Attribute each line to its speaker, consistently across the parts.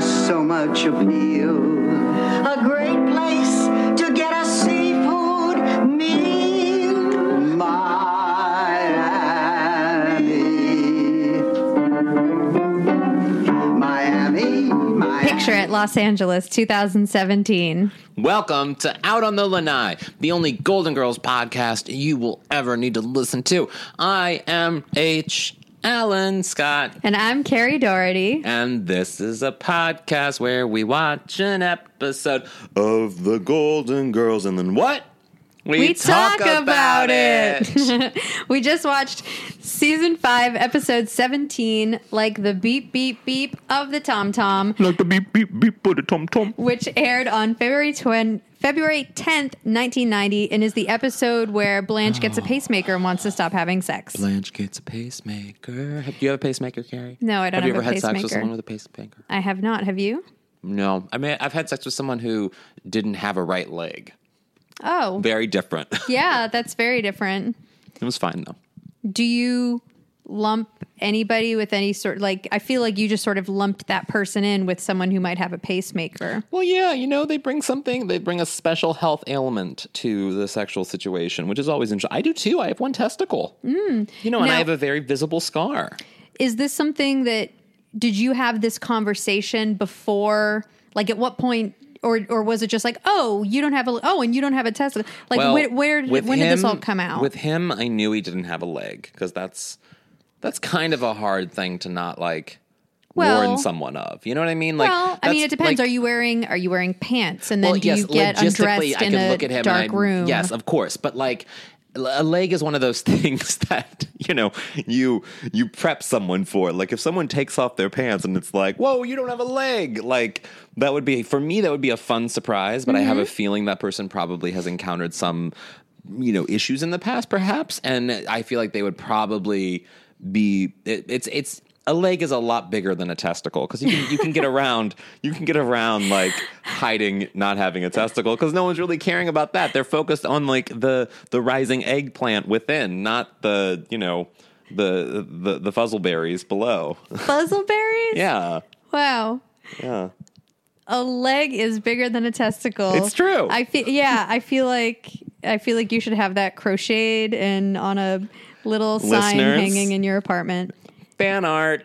Speaker 1: so much appeal.
Speaker 2: A great place to get a seafood meal.
Speaker 1: Miami. Miami, Miami.
Speaker 3: Picture it, Los Angeles, 2017.
Speaker 4: Welcome to Out on the Lanai, the only Golden Girls podcast you will ever need to listen to. I am H. Alan Scott,
Speaker 3: And I'm Carrie Doherty.
Speaker 4: and this is a podcast where we watch an episode of The Golden Girls and then what?
Speaker 3: We talk about We just watched season five, episode 17, like the beep, beep, beep of the Tom Tom,
Speaker 4: like the beep beep beep of the tom tom.
Speaker 3: which aired on February 20. February 10th, 1990, and is the episode where Blanche gets a pacemaker and wants to stop having sex.
Speaker 4: Blanche gets a pacemaker. Have- Do you have a pacemaker, Carrie?
Speaker 3: No, I don't
Speaker 4: Have you
Speaker 3: have
Speaker 4: ever
Speaker 3: a
Speaker 4: had sex with
Speaker 3: pacemaker.
Speaker 4: someone with a pacemaker?
Speaker 3: I have not. Have you?
Speaker 4: No, I mean I've had sex with someone who didn't have a right leg.
Speaker 3: Oh,
Speaker 4: Very different.
Speaker 3: yeah, that's very different.
Speaker 4: it was fine though.
Speaker 3: do you lump anybody with any sort like i feel like you just sort of lumped that person in with someone who might have a pacemaker
Speaker 4: Well, yeah, you know they bring something. They bring a special health ailment to the sexual situation, which is always interesting. I do too. I have one testicle. You know, and I
Speaker 3: Mm. Now-
Speaker 4: have a very visible scar.
Speaker 3: is this something that did you have this conversation before like at what point or or was it just like oh you don't have a oh and you don't have a testicle like
Speaker 4: Well,
Speaker 3: where, where did,
Speaker 4: with
Speaker 3: when did this
Speaker 4: him-
Speaker 3: all come out
Speaker 4: With him, I knew he didn't have a leg because that's that's kind of a hard thing to not like
Speaker 3: Well-
Speaker 4: warn someone of. You know what I mean? Like,
Speaker 3: well i mean
Speaker 4: that's,
Speaker 3: it depends
Speaker 4: like-
Speaker 3: are you wearing are you wearing pants and then
Speaker 4: well,
Speaker 3: do
Speaker 4: yes,
Speaker 3: you get
Speaker 4: logistically,
Speaker 3: undressed
Speaker 4: I
Speaker 3: in
Speaker 4: can
Speaker 3: a
Speaker 4: look at him
Speaker 3: dark
Speaker 4: and I,
Speaker 3: room
Speaker 4: Yes, of course, but like l- a leg is one of those things that you know you you prep someone for. Like if someone takes off their pants and it's like, "Whoa, you don't have a leg!" Like that would be for me. That would be a fun surprise, but I have a
Speaker 3: Mm-hmm.
Speaker 4: feeling that person probably has encountered some you know issues in the past, perhaps, and I feel like they would probably be. It, it's it's. A leg is a lot bigger than a testicle because you can you can get around you can get around like hiding not having a testicle because no one's really caring about that. They're focused on like the the rising eggplant within, not the you know the the the fuzzleberries below.
Speaker 3: fuzzleberries
Speaker 4: yeah,
Speaker 3: wow
Speaker 4: yeah.
Speaker 3: a leg is bigger than a testicle.
Speaker 4: It's true.
Speaker 3: I feel yeah, I feel like I feel like you should have that crocheted and on a little sign
Speaker 4: Listeners.
Speaker 3: hanging in your apartment.
Speaker 4: Fan art.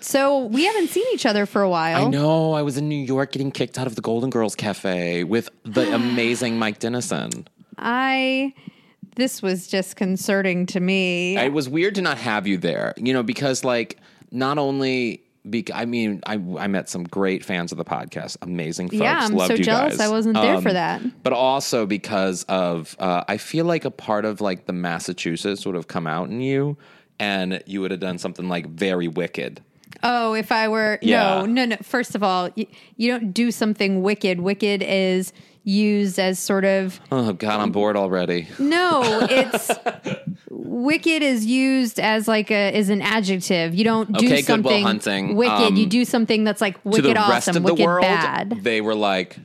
Speaker 3: So we haven't seen each other for a while.
Speaker 4: I know. I was in New York getting kicked out of the Golden Girls Cafe with the amazing Mike Dennison.
Speaker 3: I- this was disconcerting to me.
Speaker 4: It was weird to not have you there, you know, because like not only. Bec- I mean, I, I met some great fans of the podcast, amazing folks.
Speaker 3: Yeah, I'm
Speaker 4: Loved
Speaker 3: so
Speaker 4: you
Speaker 3: jealous
Speaker 4: guys. Um,
Speaker 3: I wasn't there for that.
Speaker 4: But also because of, uh, I feel like a part of like the Massachusetts would have come out in you, and you would have done something like very wicked.
Speaker 3: Oh, if I were
Speaker 4: Yeah.
Speaker 3: no, no, no. First of all, you, you don't do something wicked. Wicked is used as sort of
Speaker 4: Oh God, I'm bored already.
Speaker 3: No, it's wicked is used as like a is an adjective. You don't do
Speaker 4: Okay, Goodwill
Speaker 3: something
Speaker 4: Hunting,
Speaker 3: wicked.
Speaker 4: um,
Speaker 3: you do something that's like
Speaker 4: to
Speaker 3: wicked
Speaker 4: the
Speaker 3: awesome,
Speaker 4: rest of the
Speaker 3: wicked
Speaker 4: world,
Speaker 3: bad.
Speaker 4: they were like,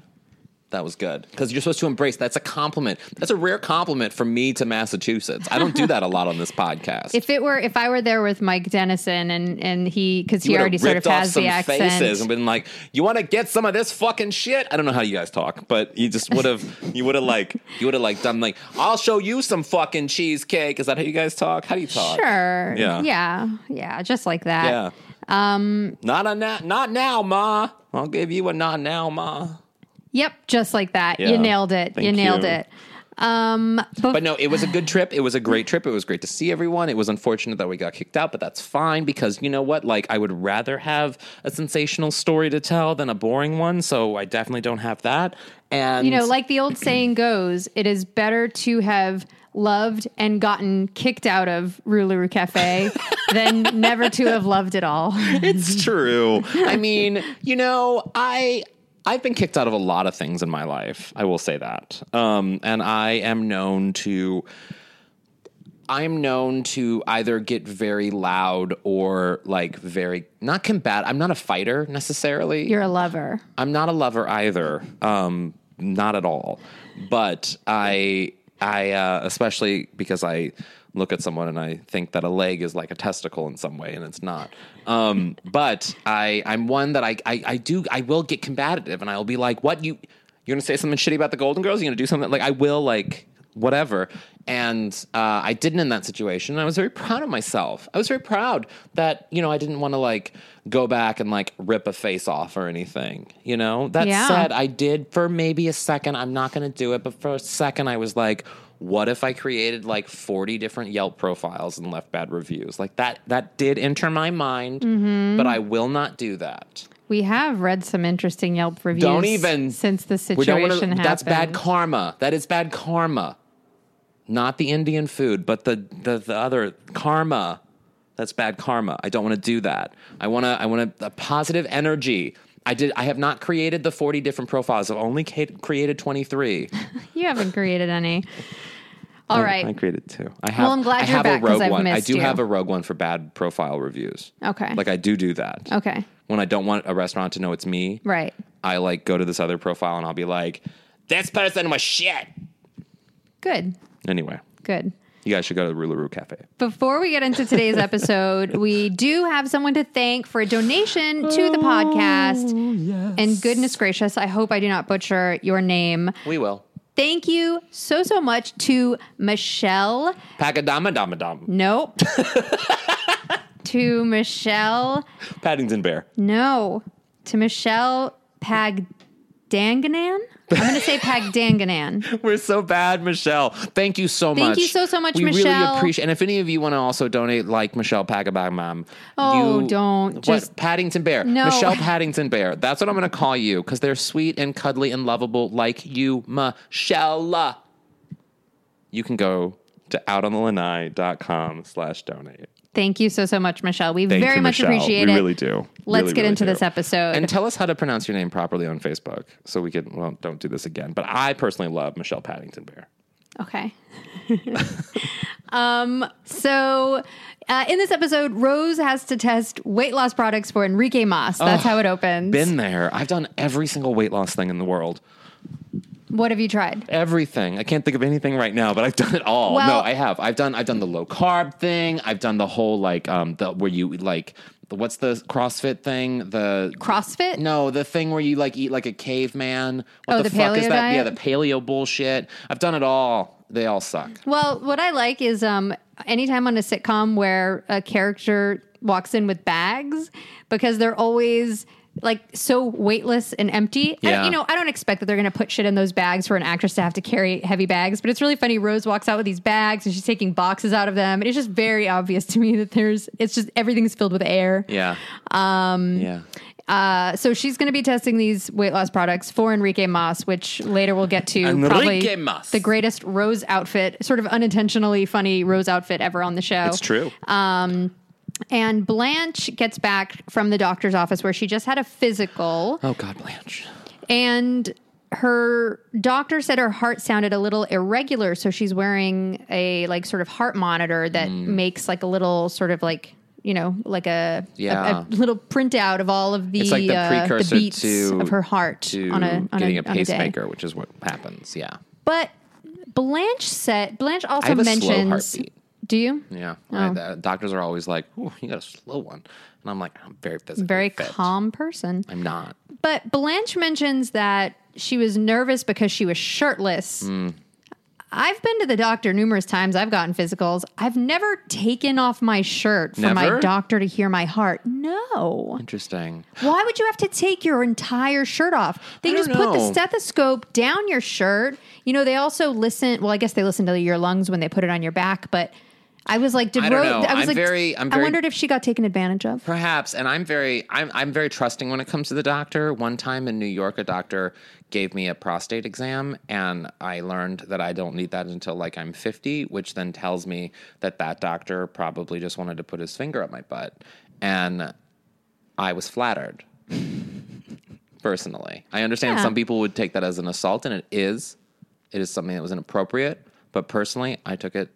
Speaker 4: "That was good," because you're supposed to embrace. That's a compliment. That's a rare compliment from me to Massachusetts. I don't do that a lot on this podcast.
Speaker 3: If it were, if I were there with Mike Dennison and and he because
Speaker 4: you
Speaker 3: he
Speaker 4: would've
Speaker 3: already sort of
Speaker 4: ripped off
Speaker 3: has
Speaker 4: some
Speaker 3: the accent.
Speaker 4: faces and been like, "You want to get some of this fucking shit?" I don't know how you guys talk, but you just would have, you would have like, you would have like done like, "I'll show you some fucking cheesecake." Is that how you guys talk? How do you talk?
Speaker 3: Sure.
Speaker 4: Yeah.
Speaker 3: Yeah. Yeah. Just like that.
Speaker 4: Yeah. Um. Not on that. Not now, ma. I'll give you a not now, ma.
Speaker 3: Yep. Just like that.
Speaker 4: Yeah.
Speaker 3: You nailed it.
Speaker 4: Thank
Speaker 3: you nailed
Speaker 4: you.
Speaker 3: it. Um. But,
Speaker 4: But no, it was a good trip. It was a great trip. It was great to see everyone. It was unfortunate that we got kicked out, but that's fine because you know what? Like, I would rather have a sensational story to tell than a boring one. So I definitely don't have that. And
Speaker 3: You know, like the old saying goes, it is better to have loved and gotten kicked out of Rouleau Cafe than never to have loved it all.
Speaker 4: it's true. I mean, you know, I I've been kicked out of a lot of things in my life. I will say that. Um, and I am known to I'm known to either get very loud or like very not combat. I'm not a fighter necessarily.
Speaker 3: You're a lover.
Speaker 4: I'm not a lover either. Um, not at all. But I, I uh, especially because I look at someone and I think that a leg is like a testicle in some way, and it's not. Um, but I, I'm one that I, I, I do, I will get combative, and I'll be like, "What you, you're gonna say something shitty about the Golden Girls? You're gonna do something like I will like whatever." And uh, I didn't in that situation. And I was very proud of myself. I was very proud that you know I didn't want to like go back and like rip a face off or anything. You know that
Speaker 3: Yeah.
Speaker 4: said, I did for maybe a second. I'm not going to do it, but for a second, I was like, "What if I created like 40 different Yelp profiles and left bad reviews?" Like that. That did enter my mind, but I will not do that.
Speaker 3: We have read some interesting Yelp reviews.
Speaker 4: Don't even
Speaker 3: since the
Speaker 4: We
Speaker 3: situation
Speaker 4: don't wanna-
Speaker 3: happened.
Speaker 4: That's bad karma. That is bad karma. Not the Indian food, but the the, the other karma. That's bad karma. I don't want to do that. I want to. I want a positive energy. I did. I have not created the forty different profiles. I've only ca- created twenty three.
Speaker 3: You haven't created any. All right.
Speaker 4: Oh, I created two. I have.
Speaker 3: Well, I'm glad
Speaker 4: I
Speaker 3: you're
Speaker 4: have
Speaker 3: back
Speaker 4: a
Speaker 3: 'cause
Speaker 4: rogue
Speaker 3: I've
Speaker 4: one. I
Speaker 3: missed
Speaker 4: do
Speaker 3: you.
Speaker 4: have a rogue one for bad profile reviews.
Speaker 3: Okay.
Speaker 4: Like I do do that.
Speaker 3: Okay.
Speaker 4: When I don't want a restaurant to know it's me,
Speaker 3: Right.
Speaker 4: I like go to this other profile and I'll be like, "This person was shit."
Speaker 3: Good.
Speaker 4: Anyway,
Speaker 3: Good.
Speaker 4: you guys should go to the Roularou Cafe.
Speaker 3: Before we get into today's episode, we do have someone to thank for a donation to
Speaker 4: Oh,
Speaker 3: the podcast. And goodness gracious, I hope I do not butcher your name.
Speaker 4: We will.
Speaker 3: Thank you so, so much to Michelle.
Speaker 4: Pacadama dama dam.
Speaker 3: Nope. to Michelle.
Speaker 4: Paddington Bear.
Speaker 3: No. To Michelle Pagdanganan. I'm going to say Pagdanganan.
Speaker 4: We're so bad, Michelle. Thank you so much.
Speaker 3: Thank you so, so much,
Speaker 4: we
Speaker 3: Michelle.
Speaker 4: really appreciate And if any of you want to also donate, like Michelle Pacadama,
Speaker 3: Oh,
Speaker 4: you,
Speaker 3: don't.
Speaker 4: What?
Speaker 3: Just-
Speaker 4: Paddington Bear.
Speaker 3: No.
Speaker 4: Michelle Paddington Bear. That's what I'm going to call you because they're sweet and cuddly and lovable like you, Michelle. You can go to outonthelanai.com slash donate.
Speaker 3: Thank you so, so much, Michelle. We
Speaker 4: Thank
Speaker 3: very
Speaker 4: you,
Speaker 3: much
Speaker 4: Michelle.
Speaker 3: appreciate
Speaker 4: we
Speaker 3: it.
Speaker 4: really do.
Speaker 3: Let's
Speaker 4: Really,
Speaker 3: get
Speaker 4: really
Speaker 3: into
Speaker 4: do.
Speaker 3: this episode.
Speaker 4: And tell us how to pronounce your name properly on Facebook so we can, well, don't do this again. But I personally love Michelle Paddington Bear.
Speaker 3: okay. um, so uh, in this episode, Rose has to test weight loss products for Enrique Mas. That's how it opens.
Speaker 4: Been there. I've done every single weight loss thing in the world.
Speaker 3: what have you tried?
Speaker 4: Everything. I can't think of anything right now, but I've done it all.
Speaker 3: Well-
Speaker 4: no, I have. I've done I've done the low carb thing. I've done the whole like um the where you like the, what's the CrossFit thing? The
Speaker 3: CrossFit?
Speaker 4: No, the thing where you like eat like a caveman. What
Speaker 3: Oh, the
Speaker 4: fuck is
Speaker 3: paleo
Speaker 4: that?
Speaker 3: diet?
Speaker 4: Yeah, the paleo bullshit. I've done it all. They all suck.
Speaker 3: Well, what I like is um, anytime on a sitcom where a character walks in with bags because they're always like so weightless and empty. I don't-
Speaker 4: Yeah.
Speaker 3: you know, I don't expect that they're going to put shit in those bags for an actress to have to carry heavy bags, but it's really funny. Rose walks out with these bags and she's taking boxes out of them. And it's just very obvious to me that there's, it's just everything's filled with air.
Speaker 4: Yeah. Um Yeah.
Speaker 3: Uh, so she's going to be testing these weight loss products for Enrique Mas, which later we'll get to.
Speaker 4: Enrique
Speaker 3: probably
Speaker 4: Mas.
Speaker 3: the greatest Rose outfit, sort of unintentionally funny Rose outfit ever on the show.
Speaker 4: It's true.
Speaker 3: Um, And Blanche gets back from the doctor's office where she just had a physical,
Speaker 4: Oh God, Blanche.
Speaker 3: and her doctor said her heart sounded a little irregular, so she's wearing a like sort of heart monitor that
Speaker 4: Hmm.
Speaker 3: makes like a little sort of like. You know, like a, a-
Speaker 4: Yeah.
Speaker 3: a, little printout of all of the,
Speaker 4: It's like the
Speaker 3: uh,
Speaker 4: precursor
Speaker 3: beats
Speaker 4: to-
Speaker 3: of her heart
Speaker 4: To
Speaker 3: on a on
Speaker 4: getting
Speaker 3: a,
Speaker 4: a,
Speaker 3: on a day.
Speaker 4: pacemaker, which is what happens. Yeah.
Speaker 3: But Blanche said Blanche also
Speaker 4: have a slow
Speaker 3: mentions.
Speaker 4: heartbeat.
Speaker 3: do you?
Speaker 4: Yeah.
Speaker 3: Oh.
Speaker 4: I, the doctors are always like, "Ooh, you got a slow one," and I'm like, "I'm very physically
Speaker 3: Very
Speaker 4: fit.
Speaker 3: calm person.
Speaker 4: I'm not.
Speaker 3: But Blanche mentions that she was nervous because she was shirtless.
Speaker 4: Mm.
Speaker 3: I've been to the doctor numerous times. I've gotten physicals. I've never taken off my shirt for my
Speaker 4: Never?
Speaker 3: doctor to hear my heart. No.
Speaker 4: Interesting.
Speaker 3: Why would you have to take your entire shirt off? They
Speaker 4: I
Speaker 3: just
Speaker 4: don't
Speaker 3: put the
Speaker 4: know.
Speaker 3: stethoscope down your shirt. You know, they also listen. Well, I guess they listen to your lungs when they put it on your back, but. I was like, did
Speaker 4: I don't
Speaker 3: Rose?
Speaker 4: know.
Speaker 3: I was
Speaker 4: I'm
Speaker 3: like,
Speaker 4: very- I'm
Speaker 3: I
Speaker 4: very-
Speaker 3: wondered if she got taken advantage of.
Speaker 4: Perhaps, and I'm very, I'm, I'm very trusting when it comes to the doctor. One time in New York, a doctor gave me a prostate exam, and I learned that I don't need that until like I'm 50, which then tells me that that doctor probably just wanted to put his finger up my butt, and I was flattered. Personally, I understand
Speaker 3: Yeah.
Speaker 4: some people would take that as an assault, and it is. It is something that was inappropriate, but personally, I took it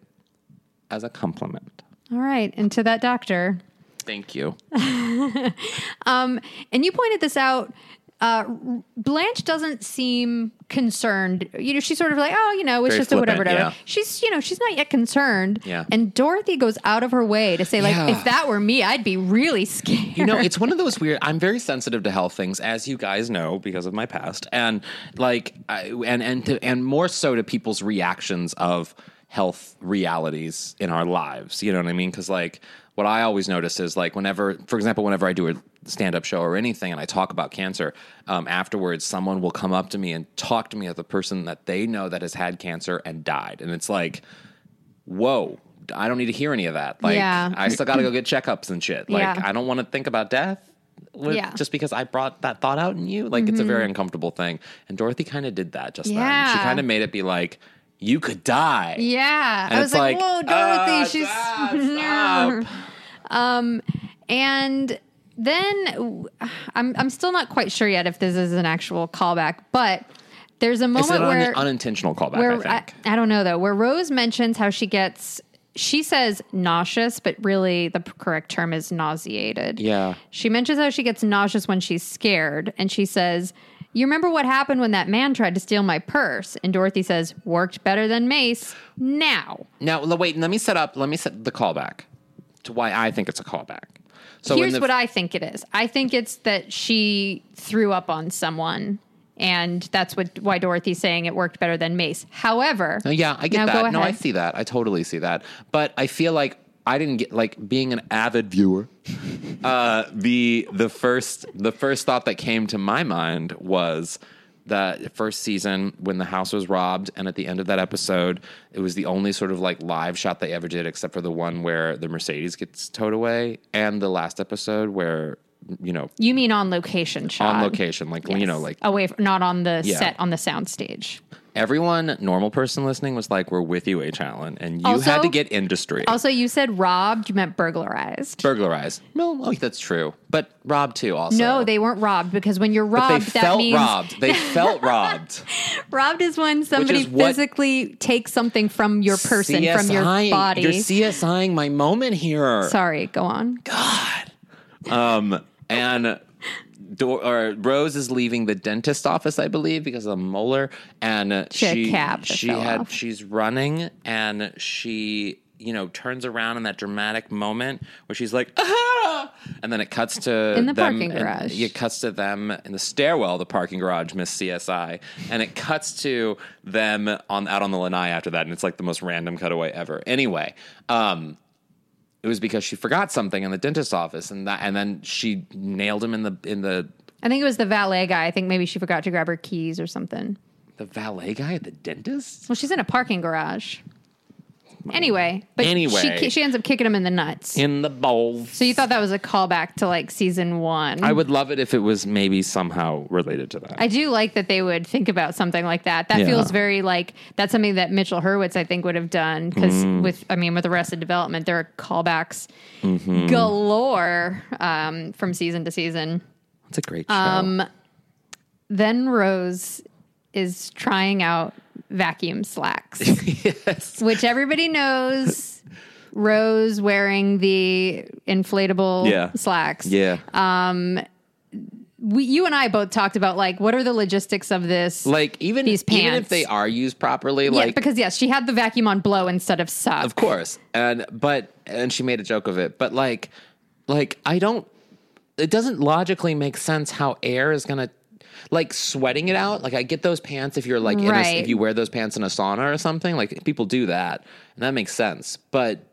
Speaker 4: as a compliment.
Speaker 3: All right, and to that doctor,
Speaker 4: Thank you.
Speaker 3: and you pointed this out Uh, Blanche doesn't seem concerned. You know, she's sort of like, oh, you know, it's
Speaker 4: Very
Speaker 3: just a whatever,
Speaker 4: flippant,
Speaker 3: whatever.
Speaker 4: yeah.
Speaker 3: She's, you know, she's not yet concerned.
Speaker 4: Yeah.
Speaker 3: And Dorothy goes out of her way to say, like,
Speaker 4: Yeah.
Speaker 3: if that were me, I'd be really scared.
Speaker 4: You know, it's one of those weird. I'm very sensitive to health things, as you guys know, because of my past, and like, I, and and to, and more so to people's reactions of health realities in our lives. You know what I mean? Because like, what I always notice is like, whenever, for example, whenever I do a stand up show or anything, and I talk about cancer, um, afterwards, someone will come up to me and talk to me as a person that they know that has had cancer and died, and it's like, whoa. I don't need to hear any of that. Like,
Speaker 3: Yeah.
Speaker 4: I still got to go get checkups and shit. Like,
Speaker 3: Yeah.
Speaker 4: I I don't want to think about death. with-
Speaker 3: Yeah. Mm-hmm.
Speaker 4: Just because I brought that thought out in you, like it's a very uncomfortable thing. And Dorothy kind of did that just then. She
Speaker 3: Yeah.
Speaker 4: kind of made it be like, you could die.
Speaker 3: Yeah.
Speaker 4: And
Speaker 3: I
Speaker 4: it's
Speaker 3: was like, whoa, Dorothy,
Speaker 4: "Ah,
Speaker 3: she's.
Speaker 4: stop, stop."
Speaker 3: And then I'm, I'm still not quite sure yet if this is an actual callback, but there's a
Speaker 4: It's
Speaker 3: moment
Speaker 4: an un-
Speaker 3: where.
Speaker 4: unintentional callback, I
Speaker 3: where
Speaker 4: think.
Speaker 3: I, I don't know though where rose mentions how she gets she says nauseous but really the p- correct term is nauseated
Speaker 4: Yeah.
Speaker 3: she mentions how she gets nauseous when she's scared and she says you remember what happened when that man tried to steal my purse and dorothy says worked better than mace now
Speaker 4: now, l- wait, let me set up, let me set the callback to why I think it's a callback. So in
Speaker 3: here's
Speaker 4: the,
Speaker 3: what i think it is i think it's that she threw up on someone and that's what why dorothy's saying it worked better than mace however
Speaker 4: No, Uh, yeah, I
Speaker 3: Now
Speaker 4: get
Speaker 3: go
Speaker 4: that. No, I
Speaker 3: ahead.
Speaker 4: see that. I totally see that. But I feel like I didn't get like being an avid viewer. Uh, the the first the first thought that came to my mind was the first season when the house was robbed, and at the end of that episode, it was the only sort of like live shot they ever did, except for the one where the Mercedes gets towed away, and the last episode where you know
Speaker 3: you mean on location shot
Speaker 4: on location, like you know,
Speaker 3: Yes.
Speaker 4: like
Speaker 3: away, from, not on the
Speaker 4: Yeah.
Speaker 3: set on the soundstage.
Speaker 4: everyone, normal person listening was like, "We're with you, H. Allen," and you
Speaker 3: Also-
Speaker 4: had to get industry.
Speaker 3: Also, you said robbed. You meant burglarized.
Speaker 4: burglarized. No, oh, that's true. But robbed too. Also,
Speaker 3: no, they weren't robbed because when you're
Speaker 4: But
Speaker 3: robbed,
Speaker 4: they
Speaker 3: that
Speaker 4: felt
Speaker 3: means
Speaker 4: robbed. They felt robbed.
Speaker 3: robbed is when somebody
Speaker 4: is what-
Speaker 3: physically takes something from your person, from your
Speaker 4: CSI
Speaker 3: body.
Speaker 4: You're CSIing my moment here.
Speaker 3: Sorry, go on.
Speaker 4: Um, and Dor- or Rose is leaving the dentist office, I believe, because of a molar, and uh,
Speaker 3: She had a cab that
Speaker 4: she
Speaker 3: fell
Speaker 4: had
Speaker 3: off.
Speaker 4: she's running, and she you know turns around in that dramatic moment where she's like, ah! and then it cuts to
Speaker 3: In the
Speaker 4: them-
Speaker 3: parking
Speaker 4: and-
Speaker 3: garage.
Speaker 4: yeah, it cuts to them in the stairwell, of the parking garage, Miss CSI, and it cuts to them on out on the lanai after that, and it's like the most random cutaway ever. Anyway, um, it was because she forgot something in the dentist's office, and that, and then she nailed him in the in the
Speaker 3: I think it was the valet guy. I think maybe she forgot to grab her keys or something.
Speaker 4: the valet guy at the dentist.
Speaker 3: Well, she's in a parking garage. Anyway, but she
Speaker 4: Anyway.
Speaker 3: ki- she ends up kicking him in the nuts.
Speaker 4: In the bowl.
Speaker 3: So you thought that was a callback to like season one?
Speaker 4: I would love it if it was maybe somehow related to that.
Speaker 3: I do like that they would think about something like that. That
Speaker 4: Yeah.
Speaker 3: feels very like that's something that Mitchell Hurwitz I think would have done because
Speaker 4: Mm.
Speaker 3: with I mean with Arrested Development there are callbacks
Speaker 4: Mm-hmm.
Speaker 3: galore um, from season to season.
Speaker 4: It's a great show.
Speaker 3: Um, Then Rose is trying out vacuum slacks,
Speaker 4: yes.
Speaker 3: which everybody knows. Rose wearing the inflatable
Speaker 4: Yeah.
Speaker 3: slacks.
Speaker 4: Yeah.
Speaker 3: uh, We, you and I both talked about like what are the logistics of this?
Speaker 4: like even
Speaker 3: these
Speaker 4: even if
Speaker 3: pants.
Speaker 4: they are used properly,
Speaker 3: Yeah,
Speaker 4: like
Speaker 3: because yes, she had the vacuum on blow instead of suck.
Speaker 4: of course and but and she made a joke of it but like like i don't it doesn't logically make sense how air is gonna like sweating it out like i get those pants if you're like in a,
Speaker 3: Right.
Speaker 4: if you wear those pants in a sauna or something like people do that and that makes sense but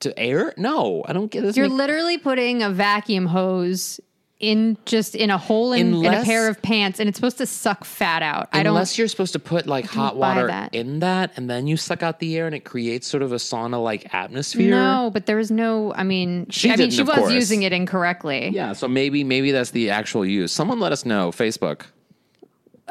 Speaker 4: to air no i don't get this
Speaker 3: You're
Speaker 4: make-
Speaker 3: literally putting a vacuum hose in just in a hole in, in a
Speaker 4: Unless-
Speaker 3: pair of pants, and it's supposed to suck fat out. I don't.
Speaker 4: Unless you're supposed to put like hot
Speaker 3: buy
Speaker 4: water
Speaker 3: that.
Speaker 4: in that, and then you suck out the air, and it creates sort of a sauna like atmosphere.
Speaker 3: No, but there was no. I mean, she. I mean,
Speaker 4: didn't,
Speaker 3: she
Speaker 4: of
Speaker 3: was
Speaker 4: course.
Speaker 3: using it incorrectly.
Speaker 4: Yeah, so maybe maybe that's the actual use. Someone let us know. Facebook.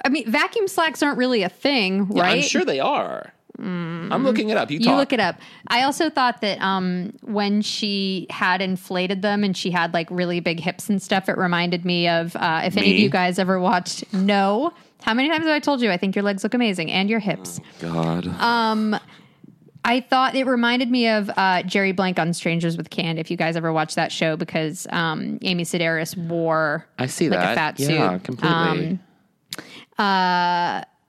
Speaker 3: I mean, vacuum slacks aren't really a thing,
Speaker 4: Yeah,
Speaker 3: right?
Speaker 4: I'm sure they are. I'm looking it up. You,
Speaker 3: You
Speaker 4: talk.
Speaker 3: look it up. I also thought that um, when she had inflated them and she had like really big hips and stuff, it reminded me of uh, if any of
Speaker 4: Me?
Speaker 3: you guys ever watched No. Uh, How many times have I told you? I think your legs look amazing and your hips.
Speaker 4: God.
Speaker 3: I thought it reminded me of uh, Jerry Blank on Strangers with Canned. If you guys ever watched that show, because um, Amy Sedaris wore
Speaker 4: I see
Speaker 3: like
Speaker 4: that.
Speaker 3: a fat suit. Um,
Speaker 4: yeah, completely.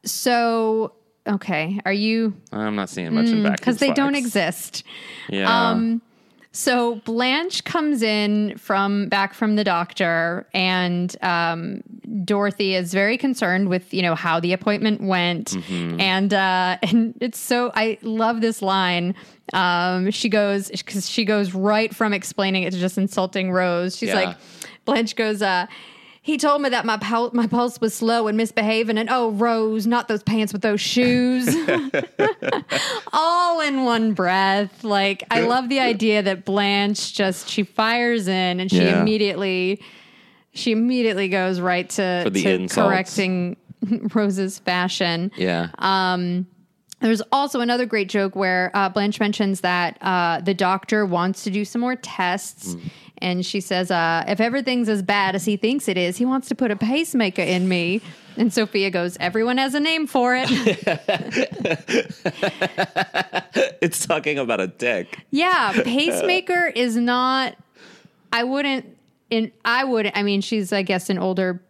Speaker 3: So okay, are you?
Speaker 4: I'm not seeing much in back
Speaker 3: Because mm, they don't
Speaker 4: exist.
Speaker 3: exist. Um,
Speaker 4: Yeah.
Speaker 3: So Blanche comes in from back from the doctor, and um, Dorothy is very concerned with you know how the appointment went, and uh, and it's so I love this line. Um, she goes because she goes right from explaining it to just insulting Rose. She's
Speaker 4: Yeah.
Speaker 3: like, Blanche goes, uh, he told me that my pul- my pulse was slow and misbehaving, and oh Rose, not those pants with those shoes all in one breath. Like I love the idea that Blanche just she fires in and she
Speaker 4: Yeah.
Speaker 3: immediately she immediately goes right to,
Speaker 4: For the
Speaker 3: to
Speaker 4: insults.
Speaker 3: correcting Rose's fashion.
Speaker 4: yeah.
Speaker 3: uh, There's also another great joke where uh, Blanche mentions that uh, the doctor wants to do some more
Speaker 4: Mm.
Speaker 3: tests. And she says, uh, if everything's as bad as he thinks it is, he wants to put a pacemaker in me. And Sophia goes, everyone has a name for it.
Speaker 4: it's talking about a dick.
Speaker 3: Yeah, pacemaker is not. I wouldn't. In I would. I mean, she's I guess an older.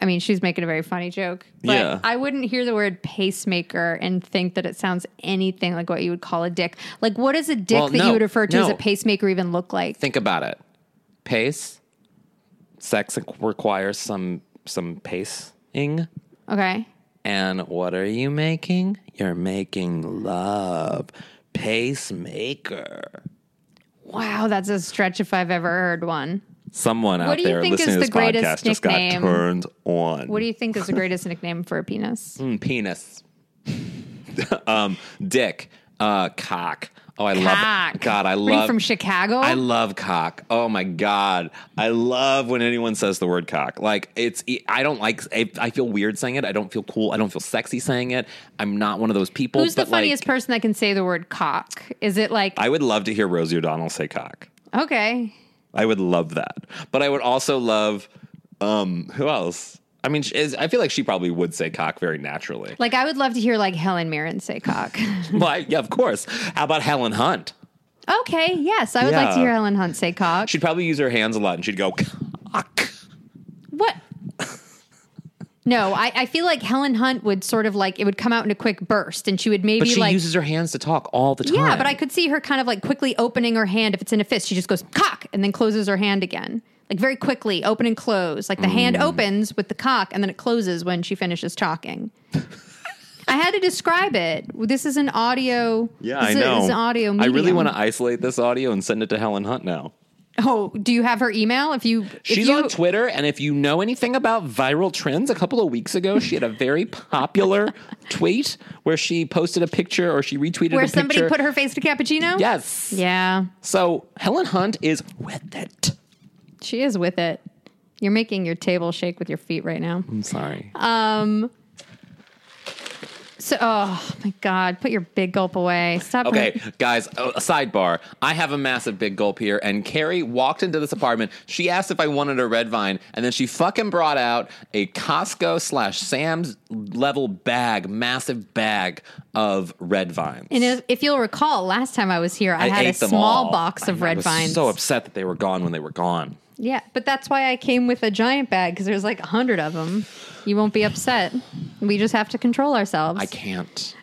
Speaker 3: I mean, she's making a very funny joke, but
Speaker 4: Yeah.
Speaker 3: I wouldn't hear the word pacemaker and think that it sounds anything like what you would call a dick. Like, what does a dick
Speaker 4: Well,
Speaker 3: that
Speaker 4: no,
Speaker 3: you would refer to as
Speaker 4: no.
Speaker 3: a pacemaker even look like?
Speaker 4: Think about it. Pace. Sex requires some some pacing.
Speaker 3: Okay,
Speaker 4: And what are you making? You're making love. Pacemaker.
Speaker 3: wow, that's a stretch if I've ever heard one.
Speaker 4: Someone
Speaker 3: What
Speaker 4: out
Speaker 3: do you
Speaker 4: there
Speaker 3: think
Speaker 4: listening
Speaker 3: is
Speaker 4: to
Speaker 3: the
Speaker 4: this
Speaker 3: greatest
Speaker 4: podcast just got
Speaker 3: nickname?
Speaker 4: turned on.
Speaker 3: What do you think is the greatest nickname for a penis?
Speaker 4: Mm, penis. um, dick. Uh, cock. Oh, I love
Speaker 3: Cock.
Speaker 4: God, I
Speaker 3: What are you,
Speaker 4: love
Speaker 3: from Chicago?
Speaker 4: I love cock. Oh my god, I love when anyone says the word cock. Like it's, e, I don't like. I, I feel weird saying it. I don't feel cool. I don't feel sexy saying it. I'm not one of those people.
Speaker 3: Who's the
Speaker 4: but, like,
Speaker 3: funniest person that can say the word cock? Is it like
Speaker 4: I would love to hear Rosie O'Donnell say cock.
Speaker 3: okay?
Speaker 4: I would love that. But I would also love um who else? I mean, she is, I feel like she probably would say cock very naturally.
Speaker 3: Like I would love to hear like Helen Mirren say cock.
Speaker 4: well, I- yeah, of course. How about Helen Hunt?
Speaker 3: okay, yes, I would like to
Speaker 4: Yeah.
Speaker 3: hear Helen Hunt say cock.
Speaker 4: She'd probably use her hands a lot and she'd go cock.
Speaker 3: what? No, I, I feel like Helen Hunt would sort of like it would come out in a quick burst, and she would maybe
Speaker 4: But she
Speaker 3: like
Speaker 4: uses her hands to talk all the time.
Speaker 3: yeah. But I could see her kind of like quickly opening her hand if it's in a fist. She just goes cock and then closes her hand again, like very quickly, open and close. Like the hand
Speaker 4: Mm.
Speaker 3: opens with the cock, and then it closes when she finishes talking. I had to describe it. This is an audio.
Speaker 4: Yeah,
Speaker 3: this
Speaker 4: I
Speaker 3: is-
Speaker 4: know.
Speaker 3: This is an audio.
Speaker 4: I really
Speaker 3: medium.
Speaker 4: want to isolate this audio and send it to Helen Hunt now.
Speaker 3: Oh, do you have her email? If you, if
Speaker 4: She's
Speaker 3: you-
Speaker 4: on Twitter, and if you know anything about viral trends, a couple of weeks ago, she had a very popular tweet where she posted a picture or she retweeted
Speaker 3: where
Speaker 4: a picture.
Speaker 3: somebody put her face to cappuccino.
Speaker 4: Yes.
Speaker 3: yeah,
Speaker 4: So Helen Hunt is with it.
Speaker 3: she is with it. You're making your table shake with your feet right now.
Speaker 4: I'm sorry.
Speaker 3: Uh, So, oh my god, put your big gulp away. Stop.
Speaker 4: okay, guys, a a sidebar. I have a massive big gulp here, and Carrie walked into this apartment. She asked if I wanted a red vine, and then she fucking brought out a Costco slash Sam's level bag, massive bag of red vines.
Speaker 3: And if, if you'll recall, last time I was here, I, had a
Speaker 4: ate them
Speaker 3: small
Speaker 4: all.
Speaker 3: box of
Speaker 4: I
Speaker 3: red
Speaker 4: was
Speaker 3: vines.
Speaker 4: So upset that they were gone when they were gone.
Speaker 3: yeah, but that's why I came with a giant bag because there's like a hundred of them. You won't be upset. We just have to control ourselves.
Speaker 4: I can't.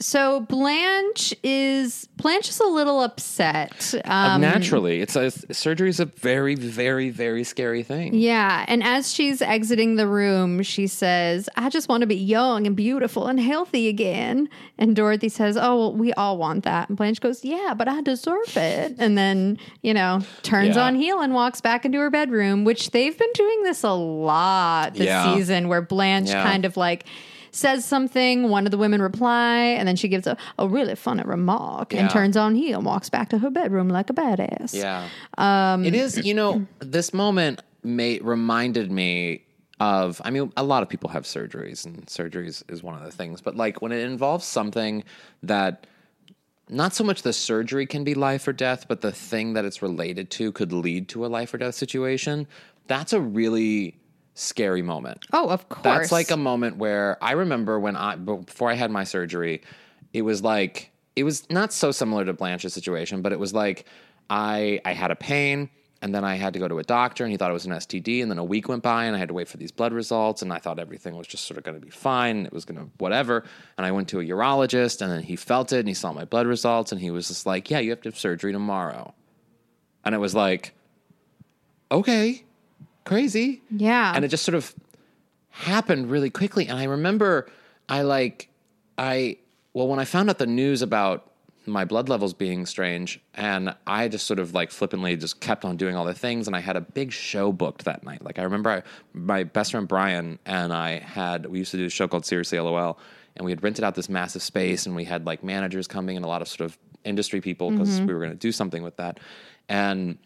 Speaker 3: So Blanche is Blanche is a little upset. Um,
Speaker 4: Naturally, it's a surgery is a very, very, very scary thing.
Speaker 3: Yeah. And as she's exiting the room, she says, I just want to be young and beautiful and healthy again. And Dorothy says, Oh, well, we all want that. And Blanche goes, Yeah, but I deserve it. And then, you know, turns
Speaker 4: Yeah.
Speaker 3: on heel and walks back into her bedroom, which they've been doing this a lot this
Speaker 4: Yeah.
Speaker 3: season where Blanche
Speaker 4: Yeah.
Speaker 3: kind of like, Says something, one of the women reply, and then she gives a, a really funny remark
Speaker 4: Yeah.
Speaker 3: and turns on heel and walks back to her bedroom like a badass.
Speaker 4: Yeah. it is, you know, this moment may, reminded me of, I mean, a lot of people have surgeries, and surgeries is one of the things, but like when it involves something that not so much the surgery can be life or death, but the thing that it's related to could lead to a life or death situation, that's a really scary moment.
Speaker 3: Oh, of course.
Speaker 4: That's like a moment where I remember when I before I had my surgery, it was like it was not so similar to Blanche's situation, but it was like I I had a pain and then I had to go to a doctor and he thought it was an STD and then a week went by and I had to wait for these blood results and I thought everything was just sort of going to be fine and it was going to whatever and I went to a urologist and then he felt it and he saw my blood results and he was just like, "Yeah, you have to have surgery tomorrow." And it was like, "Okay, crazy."
Speaker 3: Yeah.
Speaker 4: And it just sort of happened really quickly. And I remember I like, I, well, when I found out the news about my blood levels being strange, and I just sort of like flippantly just kept on doing all the things. And I had a big show booked that night. Like, I remember I, my best friend Brian and I had, we used to do a show called Seriously LOL, and we had rented out this massive space, and we had like managers coming and a lot of sort of industry people because we were going to do something with that. And